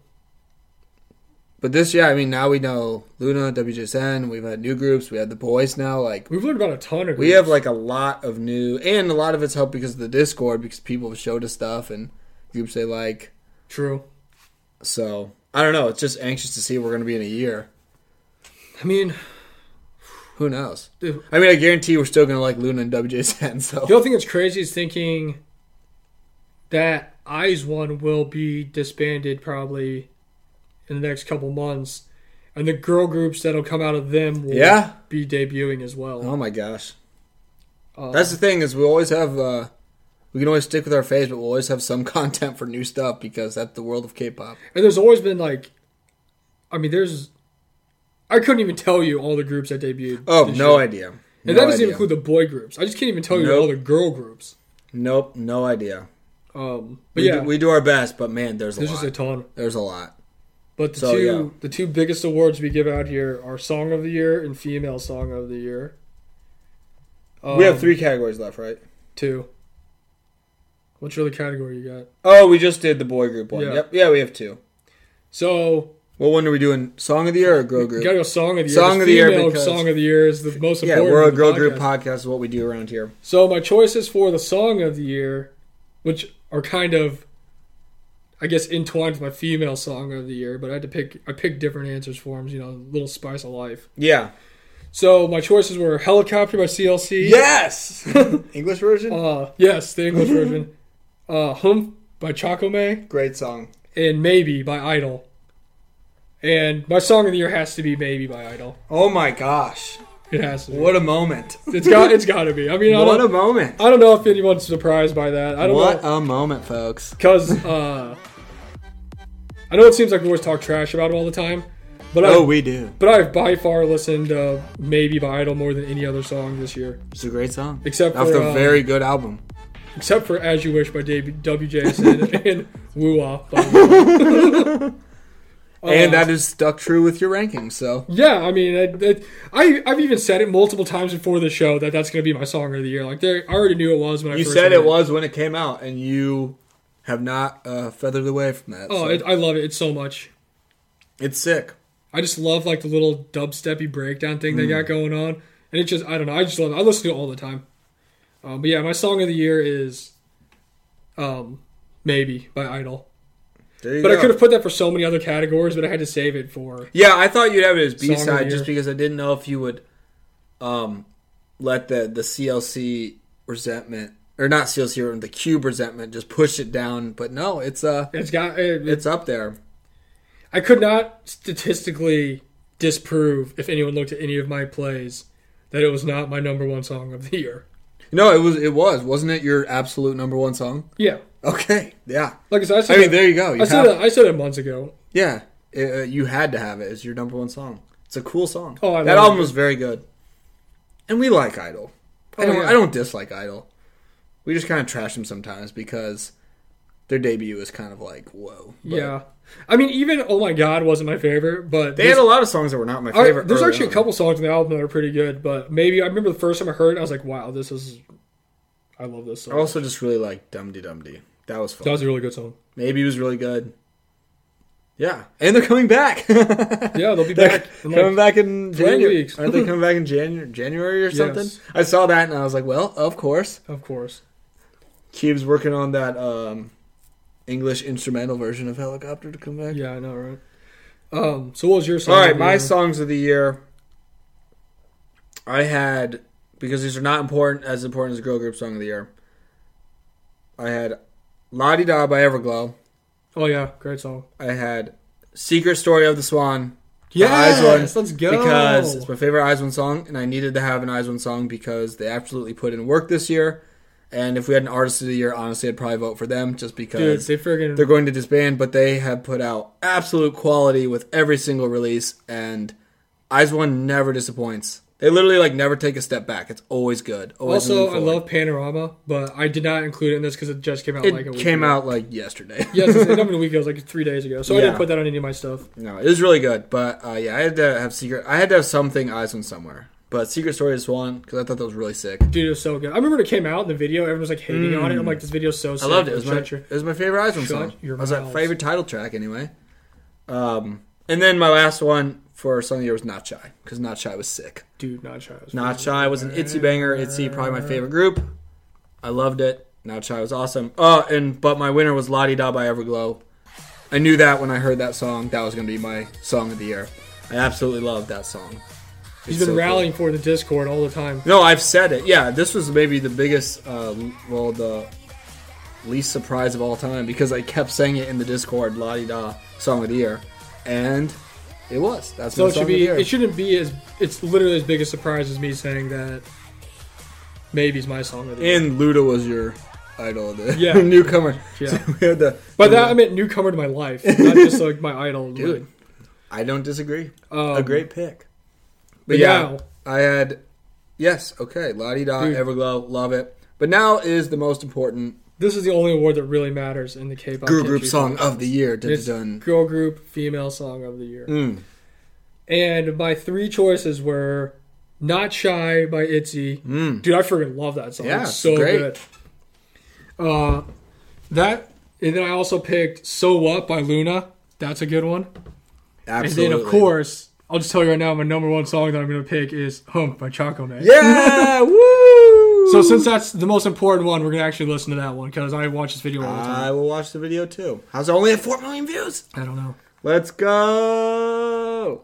A: But this year, I mean, now we know Luna, WJSN, we've had new groups, we had the boys now. Like,
B: We've learned about a ton of.
A: we
B: groups.
A: have like a lot of new, and a lot of it's helped because of the Discord because people have showed us stuff and groups they like.
B: true.
A: So, I don't know. It's just anxious to see where we're going to be in a year.
B: I mean,
A: Who knows?
B: the
A: I mean, I guarantee we're still going to like Luna and WJSN, [LAUGHS] so.
B: the other thing that's crazy is thinking that Eyes One will be disbanded probably in the next couple months, and the girl groups that'll come out of them will
A: Yeah.
B: be debuting as well.
A: Oh my gosh.
B: Uh,
A: Oh, That's the thing is we always have uh we can always stick with our phase, but we'll always have some [LAUGHS] content for new stuff because that's the world of K-pop.
B: and there's always been like, I mean, there's I couldn't even tell you all the groups that debuted.
A: Oh,
B: this
A: no
B: year.
A: idea. No
B: And that doesn't
A: idea.
B: even include the boy groups. I just can't even tell you
A: Nope.
B: all the girl groups.
A: Nope, no idea.
B: Um, but
A: We,
B: yeah,
A: do, we do our best, but man, there's a
B: there's
A: lot.
B: just a ton.
A: there's a lot.
B: But the
A: So,
B: two
A: yeah.
B: the two biggest awards we give out here are Song of the Year and Female Song of the Year.
A: we
B: Um,
A: have three categories left, right?
B: two. What's your other category you got?
A: Oh, we just did the boy group one.
B: Yeah.
A: Yep. Yeah, we have two.
B: So
A: What one are we doing? Song of the year or girl group?
B: you gotta go Song of the Year.
A: Song of the Year
B: Female
A: because-
B: Song of the Year is the most
A: yeah,
B: important.
A: we're a
B: of the
A: girl group
B: podcast.
A: podcast. Is what we do around here.
B: So my choices for the song of the year, which are kind of, I guess, entwined with my female song of the year, but I had to pick. I picked different answers for them. You know, little spice of life.
A: Yeah.
B: So my choices were "Helicopter" by CLC. [LAUGHS]
A: Yes. English version.
B: Uh, yes, the
A: [LAUGHS]
B: English version. Uh, "Hum" by Chocome
A: Great song.
B: and "Maybe" by Idol. And my song of the year has to be "Maybe" by Idol.
A: Oh my gosh!
B: It has to. Be.
A: What a moment.
B: It's got. It's got to be. I mean, I
A: What a
B: don't,
A: moment.
B: I I don't know if anyone's surprised by that. I don't know.
A: What a moment, folks.
B: Because uh, I know it seems like we always talk trash about him all the time, but I,
A: Oh, we do.
B: but I've by far listened uh, maybe by Idol more than any other song this year,
A: It's a great song.
B: except
A: Off
B: for
A: the
B: uh,
A: very good album.
B: except for As You Wish by Dave-
A: [LAUGHS]
B: WJSN and Woo Wah. Uh, by Woo Wah.
A: and
B: Uh,
A: that is stuck true with your rankings. So
B: yeah, I mean, it, it, I I've even said it multiple times before the show that that's gonna be my song of the year. Like, there, I already knew it was when I
A: you
B: first
A: said
B: heard
A: it was when it came out, and you have not uh, feathered away from that.
B: Oh,
A: so.
B: it, I love it. It's so much.
A: it's sick.
B: I just love like the little dubsteppy breakdown thing
A: Mm.
B: they got going on, and it just I don't know. I just love. It. I listen to it all the time. Um, but yeah, my song of the year is, um, maybe by Idol.
A: There you
B: But I
A: go.
B: could have put that for so many other categories, but I had to save it for.
A: Yeah, I thought you'd have it as B
B: Song of the
A: side
B: year.
A: just because I didn't know if you would um let the the CLC resentment or not CLC the cube resentment just push it down. But no, it's uh
B: It's got. It,
A: it's up there.
B: I could not statistically disprove if anyone looked at any of my plays that it was not my number one song of the year.
A: No, it was it was wasn't it your absolute number one song?
B: Yeah,
A: Okay, yeah.
B: like I said, I said,
A: I mean,
B: it,
A: there you go. You
B: I said,
A: have,
B: it, I said it months ago.
A: yeah, it, uh, you had to have it as your number one song. It's a cool song.
B: Oh, I
A: that
B: love
A: album
B: it.
A: was very good, and we like Idol. I
B: Oh,
A: don't,
B: yeah.
A: I don't dislike Idol. We just kind of trash them sometimes because their debut is kind of like whoa. But
B: Yeah. I mean, even "Oh My God" wasn't my favorite, but
A: they had a lot of songs that were not my
B: I-
A: favorite.
B: there's
A: early
B: actually
A: on.
B: a couple songs on the album that are pretty good, but maybe I remember the first time I heard it, I was like, wow, this is. I love this
A: I
B: song.
A: also just really like Dum Dee Dum Dee. That was fun.
B: that was a really good song.
A: Maybe it was really good. Yeah, and they're coming back. [LAUGHS]
B: Yeah, they'll be
A: They're
B: back. in, like-
A: coming back in
B: three
A: January.
B: weeks. [LAUGHS]
A: Aren't they coming back in January, January or something?
B: Yes.
A: I saw that and I was like, well, of course.
B: Of course.
A: Cube's working on that um, English instrumental version of Helicopter to come back.
B: Yeah, I know, right? Um, so what was your song?
A: All
B: of
A: right,
B: the
A: my
B: year?
A: songs of the year. I had because these are not important as important as girl group song of the year. I had La Di Da by Everglow.
B: Oh, yeah, great song.
A: I had Secret Story of the Swan
B: Yes,
A: Eyes
B: let's go.
A: because it's my favorite Eyes One song, and I needed to have an Eyes One song because they absolutely put in work this year. And if we had an artist of the year, honestly, I'd probably vote for them just
B: Dude,
A: because
B: they friggin'.
A: they're going to disband, but they have put out absolute quality with every single release, and Eyes One never disappoints. They literally like never take a step back. It's always good. Always
B: Also,
A: moving
B: I
A: forward.
B: love Panorama, but I did not include it in this because it just came out
A: It
B: like a week
A: came
B: ago.
A: out like yesterday. [LAUGHS]
B: Yes, it's not even a week ago. It was like three days ago. So I
A: Yeah.
B: didn't put that on any of my stuff.
A: No, it was really good, but uh, yeah, I had to have secret. I had to have something Eyes One somewhere, but Secret Story is one because I thought that was really sick.
B: Dude, it was so good. I remember when it came out in the video, everyone was like hating on it. I'm
A: Mm.
B: like, this video's so sick.
A: I loved it. It was my,
B: Shut your-
A: it was my favorite Eyes One
B: Shut
A: song. It
B: your
A: was my
B: mouth.
A: favorite title track anyway. Um, and then my last one for Song of the Year was Not Shy because Not Shy was sick.
B: Dude, not shy. Was
A: Not
B: freaking-
A: Shy was an itsy banger. Itsy probably my favorite group. I loved it. Not Shy was awesome. Oh, and but my winner was La Di Da by Everglow. I knew that when I heard that song, that was going to be my song of the year. I absolutely loved that song.
B: He's
A: It's
B: been
A: so cool.
B: rallying for the Discord all the time.
A: No, I've said it. Yeah, this was maybe the biggest, uh, well, the least surprise of all time because I kept saying it in the Discord, la di da, song of the year, and it was. That's
B: So
A: my
B: it
A: song
B: should
A: of the
B: be.
A: year.
B: It shouldn't be as. It's literally as big a surprise as me saying that. Maybe it's my song of the year.
A: and Luda was your idol, of the [LAUGHS]
B: Yeah.
A: newcomer.
B: Yeah.
A: So we had the.
B: By that I meant newcomer to my life, not just like my idol.
A: dude, I don't disagree.
B: like, um,
A: a great pick. But
B: But
A: yeah,
B: now-
A: I had yes, okay, la di da,
B: Dude.
A: Everglow, love it. But now is the most important
B: This is the only award that really matters in the K-pop
A: Girl
B: Kimchi
A: Group Song
B: podcast.
A: of the Year. Dun,
B: It's
A: dun,
B: Girl group female song of the year.
A: dun. Mm.
B: And my three choices were "Not Shy" by Itzy.
A: Mm.
B: Dude, I freaking love that song.
A: Yeah,
B: it's so
A: great.
B: good. Uh, that and then I also picked "So What" by Luna. That's a good one.
A: Absolutely.
B: And then of course, I'll just tell you right now, my number one song that I'm gonna pick is "Hump" by Choco Man. [LAUGHS]
A: Yeah! Woo!
B: So since that's the most important one, we're gonna actually listen to that one because I watch this video all the time.
A: I will watch the video too. How's it only at 4 million views?
B: I don't know.
A: Let's go!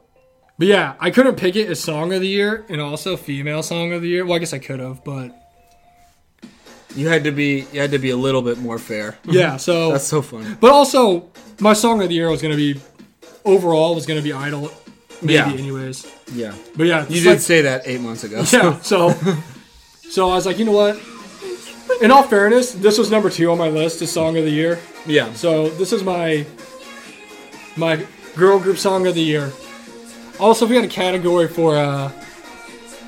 B: But yeah, I couldn't pick it as song of the year and also female song of the year. Well, I guess I could have, but
A: [LAUGHS] You had to be you had to be a little bit more fair.
B: yeah. So,
A: That's so funny.
B: but also my song of the year was gonna be overall was gonna be Idol, maybe
A: Yeah.
B: anyways.
A: Yeah.
B: But yeah,
A: You
B: it's
A: did
B: like-
A: say that eight months ago.
B: [LAUGHS] yeah. So,
A: [LAUGHS]
B: so I was like, you know what? In all fairness, this was number two on my list as song of the year.
A: yeah.
B: So this is my my girl group song of the year. Also, we had a category for uh,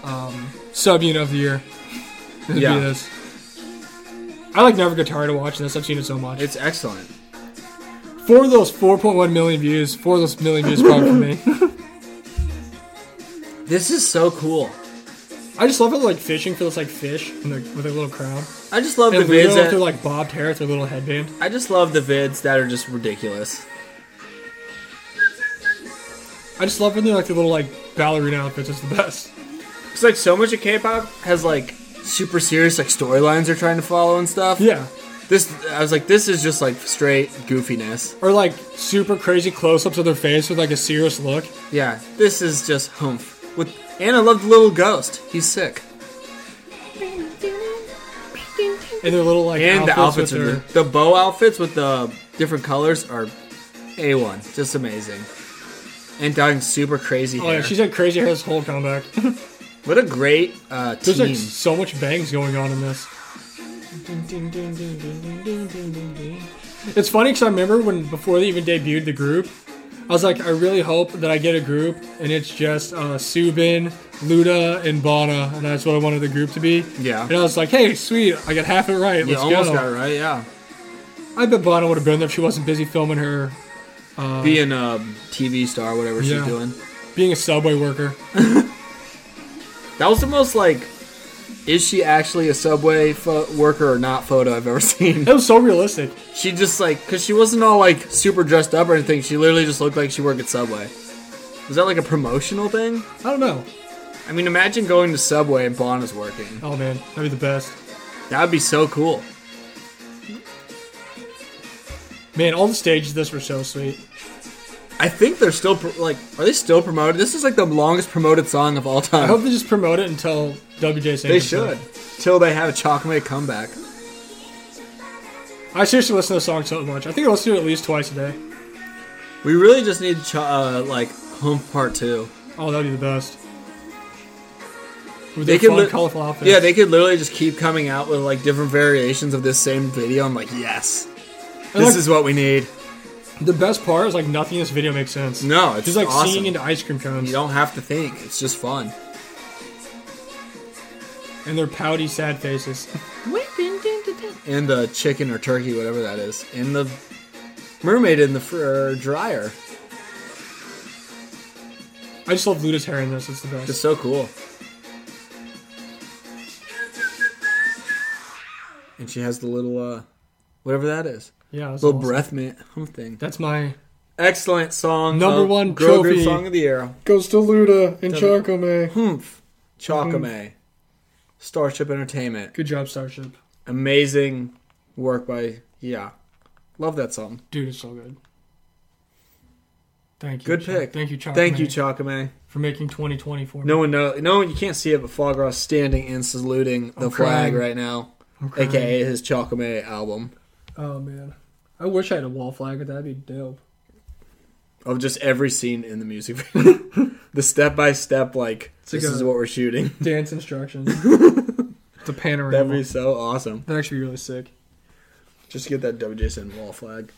B: um, subunit of the year. This would be
A: Yeah.
B: this. I like Never Get Tired of watching this. I've seen it so much.
A: It's excellent.
B: for those 4.1 million views, for those million views, probably for
A: [LAUGHS]
B: me.
A: This is so cool.
B: I just love it, like fishing for this like fish in the, with a little crown.
A: I just love
B: And
A: the
B: the video
A: vids.
B: with
A: That,
B: their like bobbed hair, with their little headband.
A: I just love the vids that are just ridiculous.
B: I just love when they're like the little like ballerina outfits. It's the best.
A: It's like so much of K-pop has like super serious like storylines they're trying to follow and stuff.
B: Yeah.
A: This I was like, this is just like straight goofiness.
B: Or like super crazy close-ups of their face with like a serious look.
A: Yeah. This is just humph. With and I love the little ghost. He's sick.
B: And their little like
A: And the outfits
B: with
A: are
B: their-
A: good. the bow outfits with the different colors are a one, just amazing. And dying super crazy
B: Oh
A: hair.
B: yeah, she's had crazy hair this whole comeback.
A: what a great uh, team.
B: There's like so much bangs going on in this. It's funny because I remember when before they even debuted the group, I was like, I really hope that I get a group and it's just uh, Subin, Luda, and Bana, and that's what I wanted the group to be.
A: Yeah.
B: And I was like, hey, sweet, I got half it right.
A: you
B: Let's
A: almost
B: go.
A: got it right, yeah.
B: I bet Bana would have been there if she wasn't busy filming her
A: Being a TV star, whatever
B: Yeah.
A: she's doing.
B: being a subway worker.
A: That was the most like, is she actually a subway fo- worker or not photo I've ever [LAUGHS] seen.
B: That was so realistic.
A: She just like, cause she wasn't all like super dressed up or anything. She literally just looked like she worked at Subway. Was that like a promotional thing?
B: I don't know.
A: I mean, imagine going to Subway and Bon is working.
B: Oh man, that'd be the best.
A: That would be so cool.
B: Man, all the stages of this were so sweet.
A: I think they're still pro- like, are they still promoted? This is like the longest promoted song of all
B: I
A: time.
B: hope they just promote it until WJ sings.
A: they
B: it.
A: should, till they have a chocolate comeback.
B: I seriously listen to the song so much. I think I listen to it at least twice a day.
A: We really just need cho- uh, like home part two.
B: Oh, that'd be the best. With
A: They
B: their
A: could
B: fun,
A: li-
B: colorful outfits.
A: Yeah, they could literally just keep coming out with like different variations of this same video. I'm like, yes,
B: And,
A: this
B: like,
A: is what we need.
B: the best part. Is like nothing in this video makes sense.
A: No, it's
B: She's like
A: awesome.
B: singing into ice cream cones,
A: you don't have to think. It's just fun.
B: and their pouty, sad faces.
A: And the chicken or turkey, whatever that is, and the mermaid in the fr- er, dryer.
B: I just love Luda's hair in this. It's the best.
A: It's so cool. And she has the little uh, whatever that is,
B: yeah, that's
A: little
B: awesome.
A: breath mint hum thing.
B: That's my
A: Excellent song.
B: Number
A: of
B: one
A: girl group
B: trophy.
A: song of the year.
B: goes to Luda and
A: Doesn't-
B: Chocome.
A: Humph. Chakame.
B: Mm-hmm.
A: Starship Entertainment.
B: Good job, Starship.
A: Amazing work by yeah. Love that song.
B: Dude, it's so good. Thank you.
A: Good
B: Chuck-
A: pick.
B: Thank you, Chuck.
A: Thank you,
B: May,
A: Chakame.
B: for making 2020 for me.
A: No one know no one you can't see it, but Fograw's standing and saluting the
B: I'm
A: flag
B: crying.
A: right now.
B: I'm crying.
A: AKA his Chakame album.
B: Oh man, I wish I had a wall flag. but That'd be [LAUGHS] dope.
A: Of just every scene in the music video. [LAUGHS] the step by step like
B: like
A: this
B: a-
A: is what we're
B: [LAUGHS]
A: shooting.
B: Dance instructions. the panorama.
A: That'd be
B: That'd,
A: so awesome.
B: actually be really sick.
A: Just get that WJSN wall flag.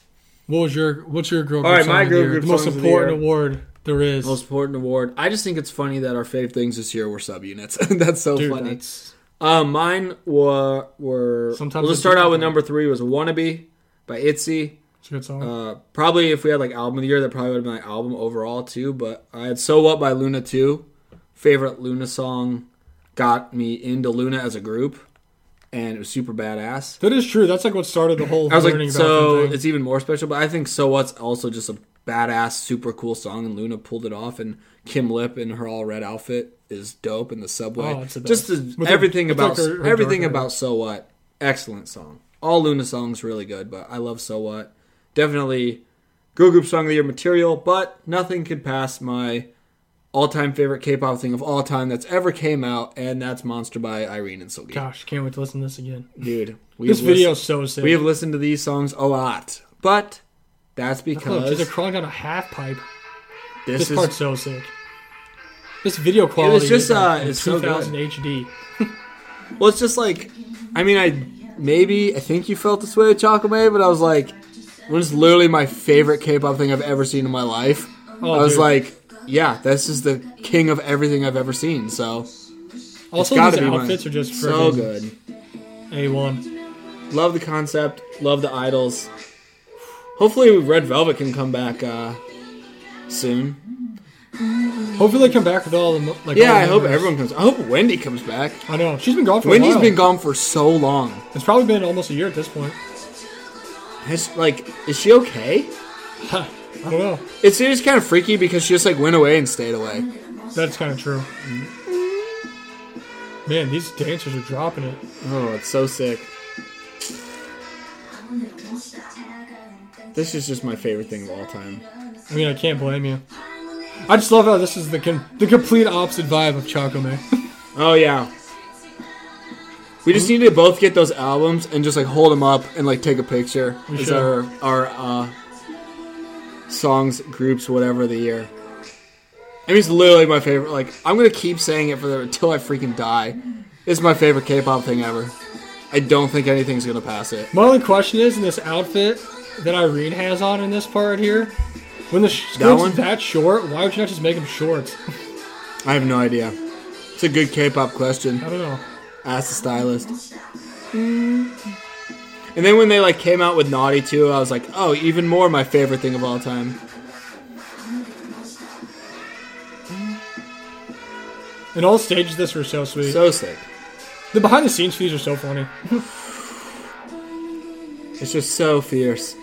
B: What was your What's your
A: All
B: girl? All
A: right, my
B: right,
A: girl group
B: the most
A: songs of the
B: important
A: year.
B: award there is.
A: Most important award. I just think it's funny that our fave things this year were subunits. [LAUGHS] that's so
B: Dude,
A: funny.
B: that's
A: Uh, mine were were.
B: Sometimes
A: we'll
B: it's
A: just start out with
B: different.
A: number three was "Wannabe" by Itzy.
B: It's a good song.
A: Uh, probably if we had like album of the year, that probably would have been my album overall too. But I had "So What" by Luna too. Favorite Luna song got me into Luna as a group, and it was super badass.
B: that is true. That's like what started the whole
A: I was
B: learning
A: like,
B: about
A: so
B: them thing.
A: it's even more special. But I think "So What's" also just a badass, super cool song, and Luna pulled it off. And Kim Lip in her all red outfit is dope in the subway.
B: Oh, it's the
A: just
B: best.
A: the-
B: With her-
A: everything
B: with,
A: about
B: like, her- her
A: everything
B: dark hair.
A: about "So What." Excellent song. All Luna songs really good, but I love "So What." Definitely girl group song of the year material, but nothing could pass my all-time favorite K-pop thing of all time that's ever came out, and that's "Monster" by Irene and Silky.
B: Gosh, can't wait to listen to this again.
A: Dude, we've
B: This
A: listened-
B: video's so sick.
A: we have listened to these songs a lot, but that's
B: Look,
A: because
B: just a crawling down a half pipe.
A: this
B: This,
A: is
B: part's so sick. This video quality
A: just,
B: is like
A: uh,
B: in
A: it's so
B: 2000 HD.
A: well, it's just like, I mean, I maybe I think you felt this way with Chocolate, but I was like, when it's literally my favorite K-pop thing I've ever seen in my life.
B: Oh,
A: I was
B: dude.
A: like, yeah, this is the king of everything I've ever seen. So
B: also
A: gotta
B: these
A: be mine.
B: outfits are just
A: so
B: friggin'
A: good.
B: A1.
A: Love the concept. Love the idols. Hopefully, Red Velvet can come back uh, soon.
B: Hopefully they come back with all the mo- like.
A: Yeah,
B: all the
A: I hope
B: members.
A: everyone comes. I hope Wendy comes back.
B: I know she's been gone for a
A: Wendy's
B: while.
A: been gone for so long.
B: It's probably been almost a year at this point.
A: Has, like, is she okay?
B: I don't know.
A: It's, it's kind of freaky because she just like went away and stayed away.
B: That's kind of true. Man, these dancers are dropping it.
A: Oh, it's so sick. This is just my favorite thing of all time.
B: I mean, I can't blame you. I just love how this is the com- the complete opposite vibe of Chakome.
A: Oh yeah. We just need to both get those albums and just like hold them up and like take a picture.
B: We
A: It's
B: should.
A: our our uh, songs, groups, whatever of the year. I mean, it's literally my favorite. Like, I'm gonna keep saying it for the, until I freaking die. It's my favorite K-pop thing ever. I don't think anything's gonna pass it.
B: [LAUGHS] My only question is in this outfit that Irene has on in this part here, when the sh-
A: That
B: skirt's
A: one?
B: that, short, why would you not just make them shorts?
A: I have no idea. It's a good K-pop question.
B: I don't know.
A: Ask the stylist. And then when they like came out with Naughty too, I was like, oh, even more my favorite thing of all time.
B: And all stages of this were so sweet.
A: So sick.
B: the behind the scenes fees are so funny.
A: It's just so fierce.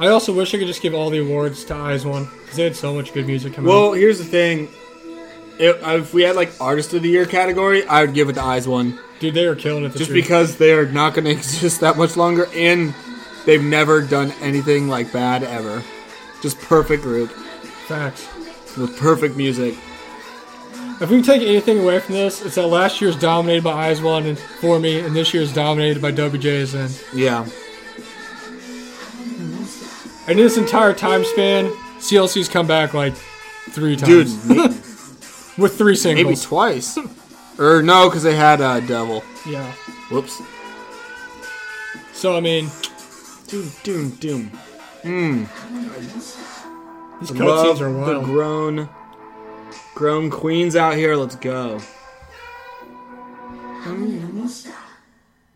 B: I also wish I could just give all the awards to Eyes One because they had so much good music coming. out.
A: Well, here's the thing. If, if we had like artist of the year category, I would give it the eyes one,
B: dude, they are killing it. This
A: just
B: year.
A: because they are not going to [LAUGHS] exist that much longer, and they've never done anything like bad ever. Just perfect group
B: facts.
A: with perfect music.
B: If we can take anything away from this, it's that last year's dominated by Eyes One and for me, and this year's dominated by WJSN.
A: Yeah,
B: And in this entire time span, CLC's come back like three
A: dude,
B: times [LAUGHS]
A: maybe,
B: with
A: [LAUGHS]
B: three [LAUGHS]
A: maybe
B: singles.
A: twice, or no, because they had uh, Devil.
B: yeah.
A: Whoops.
B: So I mean,
A: Doom, doom, doom.
B: these
A: Love
B: cutscenes are
A: the
B: wild.
A: grown, grown queens out here. Let's go.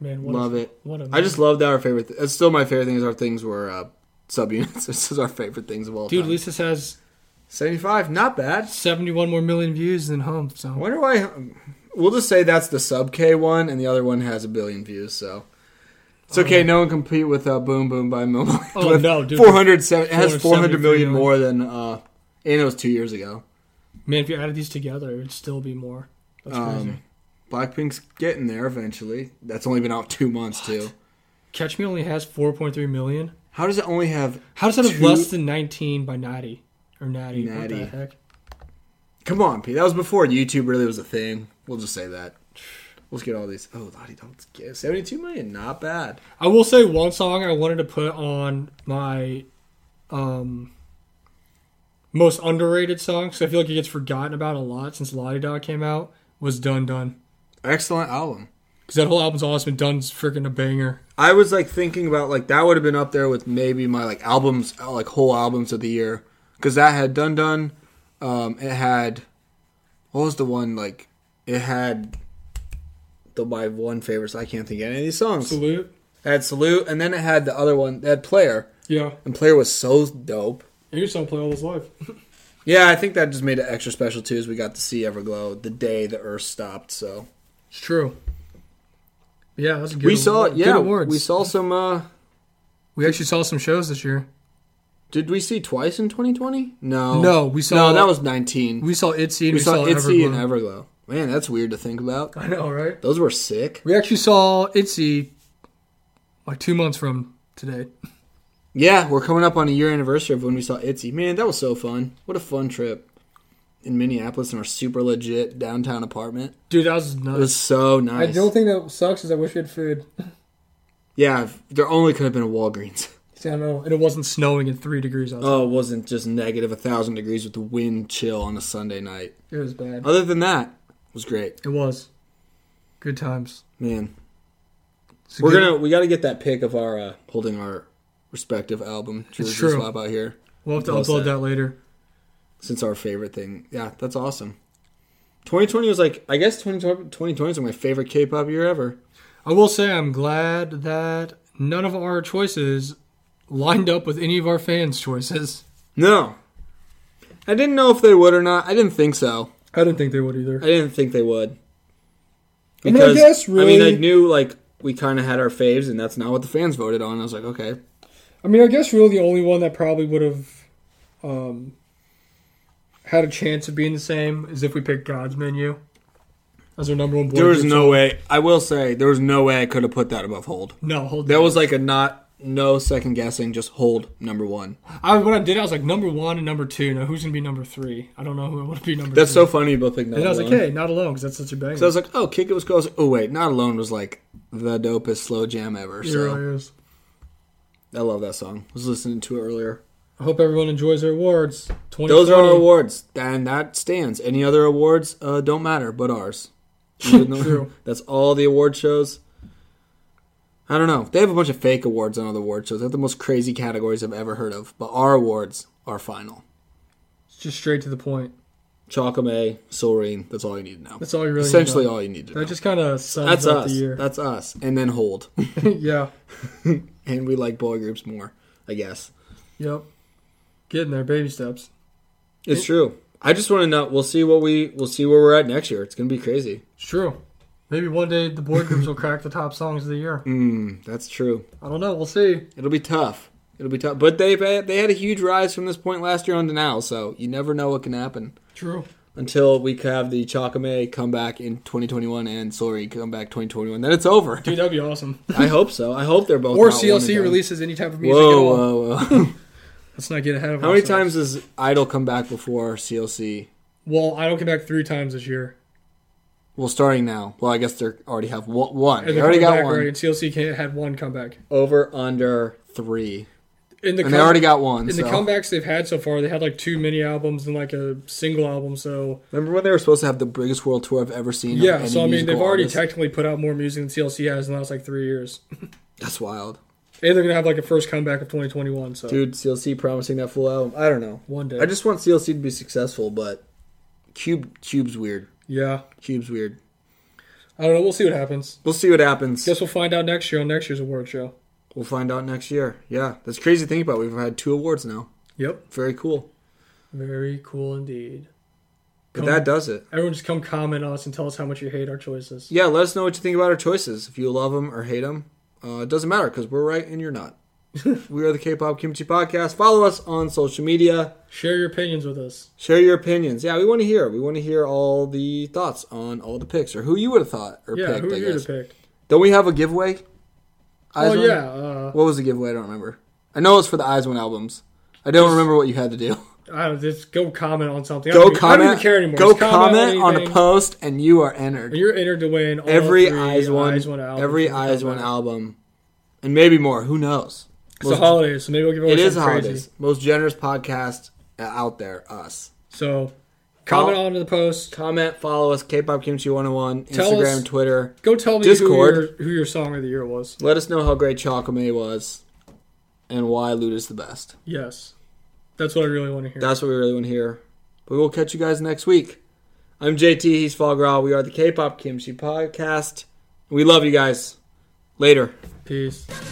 B: Man, what
A: Love
B: a,
A: it.
B: What a
A: I just love that our favorite. Th- it's still my favorite thing is our things were uh, subunits. [LAUGHS] this is our favorite things of all
B: dude.
A: time.
B: At least this has
A: Seventy-five, not bad.
B: seventy-one more million views than Home. So
A: I wonder why. um, We'll just say that's the sub K one, and the other one has a billion views. So it's okay. no one compete with uh, Boom Boom by Mil.
B: Oh, no,
A: [LAUGHS]
B: dude.
A: Four hundred seven. It has four hundred
B: 473
A: million
B: million.
A: more than. Uh, and it was two years ago.
B: man, if you added these together, it'd still be more. That's crazy.
A: Um, Blackpink's getting there eventually. That's only been out two months too.
B: Catch Me only has four point three million.
A: How does it only have?
B: How does that have
A: Two-
B: less than nineteen by Natty or Natty? What
A: Natty.
B: the heck?
A: Come on, Pete. That was before YouTube really was a thing. We'll just say that. Let's get all these. Oh, Lottie, don't get seventy-two million. Not bad.
B: I will say one song I wanted to put on my um most underrated song because I feel like it gets forgotten about a lot since Lottie Dog came out was Dun Dun
A: Excellent album.
B: because that whole album's awesome. and Dun's freaking a banger.
A: I was like thinking about like that would have been up there with maybe my like albums, uh, like whole albums of the year, because that had Dun Dun. Um, it had what was the one like? it had the my one favorite. So I can't think of any of these songs.
B: Salute.
A: It had salute, and then it had the other one. It had player,
B: Yeah.
A: and player was so dope.
B: And your son play all his life.
A: Yeah, I think that just made it extra special too, as we got to see Everglow the day the Earth stopped. So
B: It's true. Yeah, that's a good
A: we saw,
B: award-
A: yeah,
B: good awards.
A: we saw some. uh
B: We actually saw some shows this year.
A: Did we see twice in 2020? No,
B: No, we saw-
A: No, that was 19. We,
B: We saw Itzy and we,
A: saw,
B: saw,
A: Itzy
B: Everglow.
A: and Everglow. Man, that's weird to think about.
B: [LAUGHS] I know, right?
A: Those were sick.
B: We actually saw Itzy like two months from today.
A: Yeah, we're coming up on a year anniversary of when we saw Itzy. Man, that was so fun. What a fun trip in Minneapolis in our super legit downtown apartment.
B: Dude, that was
A: It
B: nuts.
A: was so
B: I
A: nice.
B: don't think that sucks is I wish we had food.
A: yeah, if- there only could have been a Walgreens.
B: See, I don't know. And it wasn't snowing and three degrees
A: [LAUGHS]
B: outside.
A: Oh, it wasn't just negative a thousand degrees with the wind chill on a Sunday night.
B: It was bad.
A: Other than that, it was great.
B: It was. Good times.
A: Man,
B: It's a
A: we're
B: good-
A: gonna we got to get that pic of our uh, holding our respective album jersey
B: true.
A: swap out here
B: We'll have to
A: Post
B: upload
A: that.
B: that later.
A: since our favorite thing. Yeah, that's awesome. 2020 was like I guess 2020 2020 is my favorite K-pop year ever.
B: I will say I'm glad that none of our choices lined up with any of our fans' choices.
A: No. I didn't know if they would or not. I didn't think so.
B: I didn't think they would either.
A: I didn't think they would.
B: I mean, I guess
A: I
B: really-
A: mean, I knew like we kind of had our faves, and that's not what the fans voted on. I was like, okay,
B: I mean, I guess really the only one that probably would have um, had a chance of being the same is if we picked God's Menu as our number one. Boy
A: there was
B: group
A: no
B: song.
A: way. I will say there was no way I could have put that above hold.
B: no hold.
A: That
B: on.
A: was like a not no second guessing, just hold number one.
B: I when I did. I was like number one and number two. Now who's gonna be number three? I don't know who I want to be number.
A: That's
B: three.
A: so funny. You both think
B: And I
A: number
B: was
A: one.
B: like, hey, not alone because that's such a banger.
A: So I was like, oh, kick it was cool. I was like, oh wait, not alone was like the dopest slow jam ever.
B: It
A: So
B: really is.
A: I love that song. I was listening to it earlier.
B: I hope everyone enjoys their awards. 2020.
A: Those are our awards, and that stands. Any other awards uh, don't matter, but ours.
B: [LAUGHS] True.
A: [LAUGHS] That's all the award shows. I don't know. They have a bunch of fake awards on other award shows. They have the most crazy categories I've ever heard of. But our awards are final.
B: It's just straight to the point.
A: Chocome, Soreen. That's all you need to know.
B: That's all you really. need to
A: Essentially,
B: know.
A: all you need to know.
B: That just kind of sums
A: That's
B: up
A: us.
B: the year. [LAUGHS]
A: That's us. And then hold. [LAUGHS]
B: yeah.
A: and we like boy groups more, I guess.
B: Yep. Getting there, baby steps.
A: It's true. I just want to know. We'll see what we we'll see where we're at next year. It's gonna be crazy.
B: It's true. Maybe one day the boy groups will crack the top songs of the year.
A: Mm, that's true.
B: I don't know. We'll see.
A: It'll be tough. It'll be tough. But they they had a huge rise from this point last year on to now, so you never know what can happen
B: True.
A: until we have the Chakame come back in 2021 and Sorry come back 2021. Then it's
B: [LAUGHS]
A: over.
B: Dude, that'd be awesome.
A: I hope so. I hope they're both
B: Or
A: not one and
B: CLC
A: done.
B: releases any type of music at all. [LAUGHS]
A: Whoa, whoa, whoa!
B: Let's not get ahead of
A: How many
B: ourselves.
A: times does Idol come back before CLC?
B: Well, I don't come back three times this year.
A: Well, starting now. Well, I guess they already have one. one.
B: And
A: They
B: they're
A: already
B: coming
A: got
B: back,
A: one.
B: Right, and CLC can had one comeback.
A: Over under three,
B: In the
A: and they
B: come-
A: already got one.
B: in
A: so.
B: the comebacks they've had so far, they had like two mini albums and like a single album. So
A: Remember when they were supposed to have the biggest world tour I've ever seen? of
B: yeah,
A: any
B: so I mean they've
A: musical
B: already
A: artist?
B: technically put out more music than CLC has in the last like three years,
A: That's wild,
B: and they're gonna have like a first comeback of 2021. So
A: dude. CLC promising that full album. I don't know.
B: one day,
A: I just want CLC to be successful, but Cube Cube's weird.
B: yeah,
A: Cube's weird.
B: I don't know. We'll see what happens.
A: We'll see what happens.
B: Guess we'll find out next year on next year's award show.
A: We'll find out next year. Yeah, that's crazy to think about. We've had two awards now.
B: Yep,
A: Very cool.
B: very cool indeed.
A: But
B: Come-
A: that does it.
B: Everyone, just come comment on us and tell us how much you hate our choices.
A: Yeah, let us know what you think about our choices. If you love them or hate them, uh, it doesn't matter because we're right and you're
B: [LAUGHS]
A: not. we are the K-pop Kimchi Podcast. Follow us on social media.
B: Share your opinions with us.
A: Share your opinions. Yeah, we want to hear. We want to hear all the thoughts on all the picks or who you would have thought or
B: Yeah,
A: picked.
B: who are
A: I
B: you
A: guess.
B: to pick?
A: Don't we have a giveaway? Eyes
B: Oh
A: One?
B: yeah, uh,
A: What was the giveaway? I don't remember. I know it was for the Eyes One albums. I don't remember what you had to do.
B: uh, I don't, just go comment on something. I
A: Go
B: don't, even- I
A: comment.
B: don't even care anymore.
A: Go
B: Just
A: comment, on a
B: anything.
A: post, and you are entered.
B: You're entered to win all
A: every
B: three
A: eyes one,
B: album
A: every
B: from the
A: eyes one
B: comeback.
A: album, and maybe more. Who knows?
B: It's a holiday, so maybe we'll give away
A: It is
B: something
A: holidays.
B: crazy.
A: Most generous podcast uh, out there. Us.
B: So comment
A: Well-
B: on to the post.
A: Comment, follow us, K-pop Kimchi 101,
B: Tell
A: Instagram,
B: us-
A: Twitter.
B: Go tell me
A: Discord.
B: Who, your, who your song of the year was.
A: Let us know how great Chocome was, and why Loot is the best.
B: Yes, that's what I really want to hear.
A: That's what we really want to hear. But we will catch you guys next week. I'm JT. He's Fall Gras. We are the K-pop Kimchi Podcast. We love you guys. Later.
B: Peace.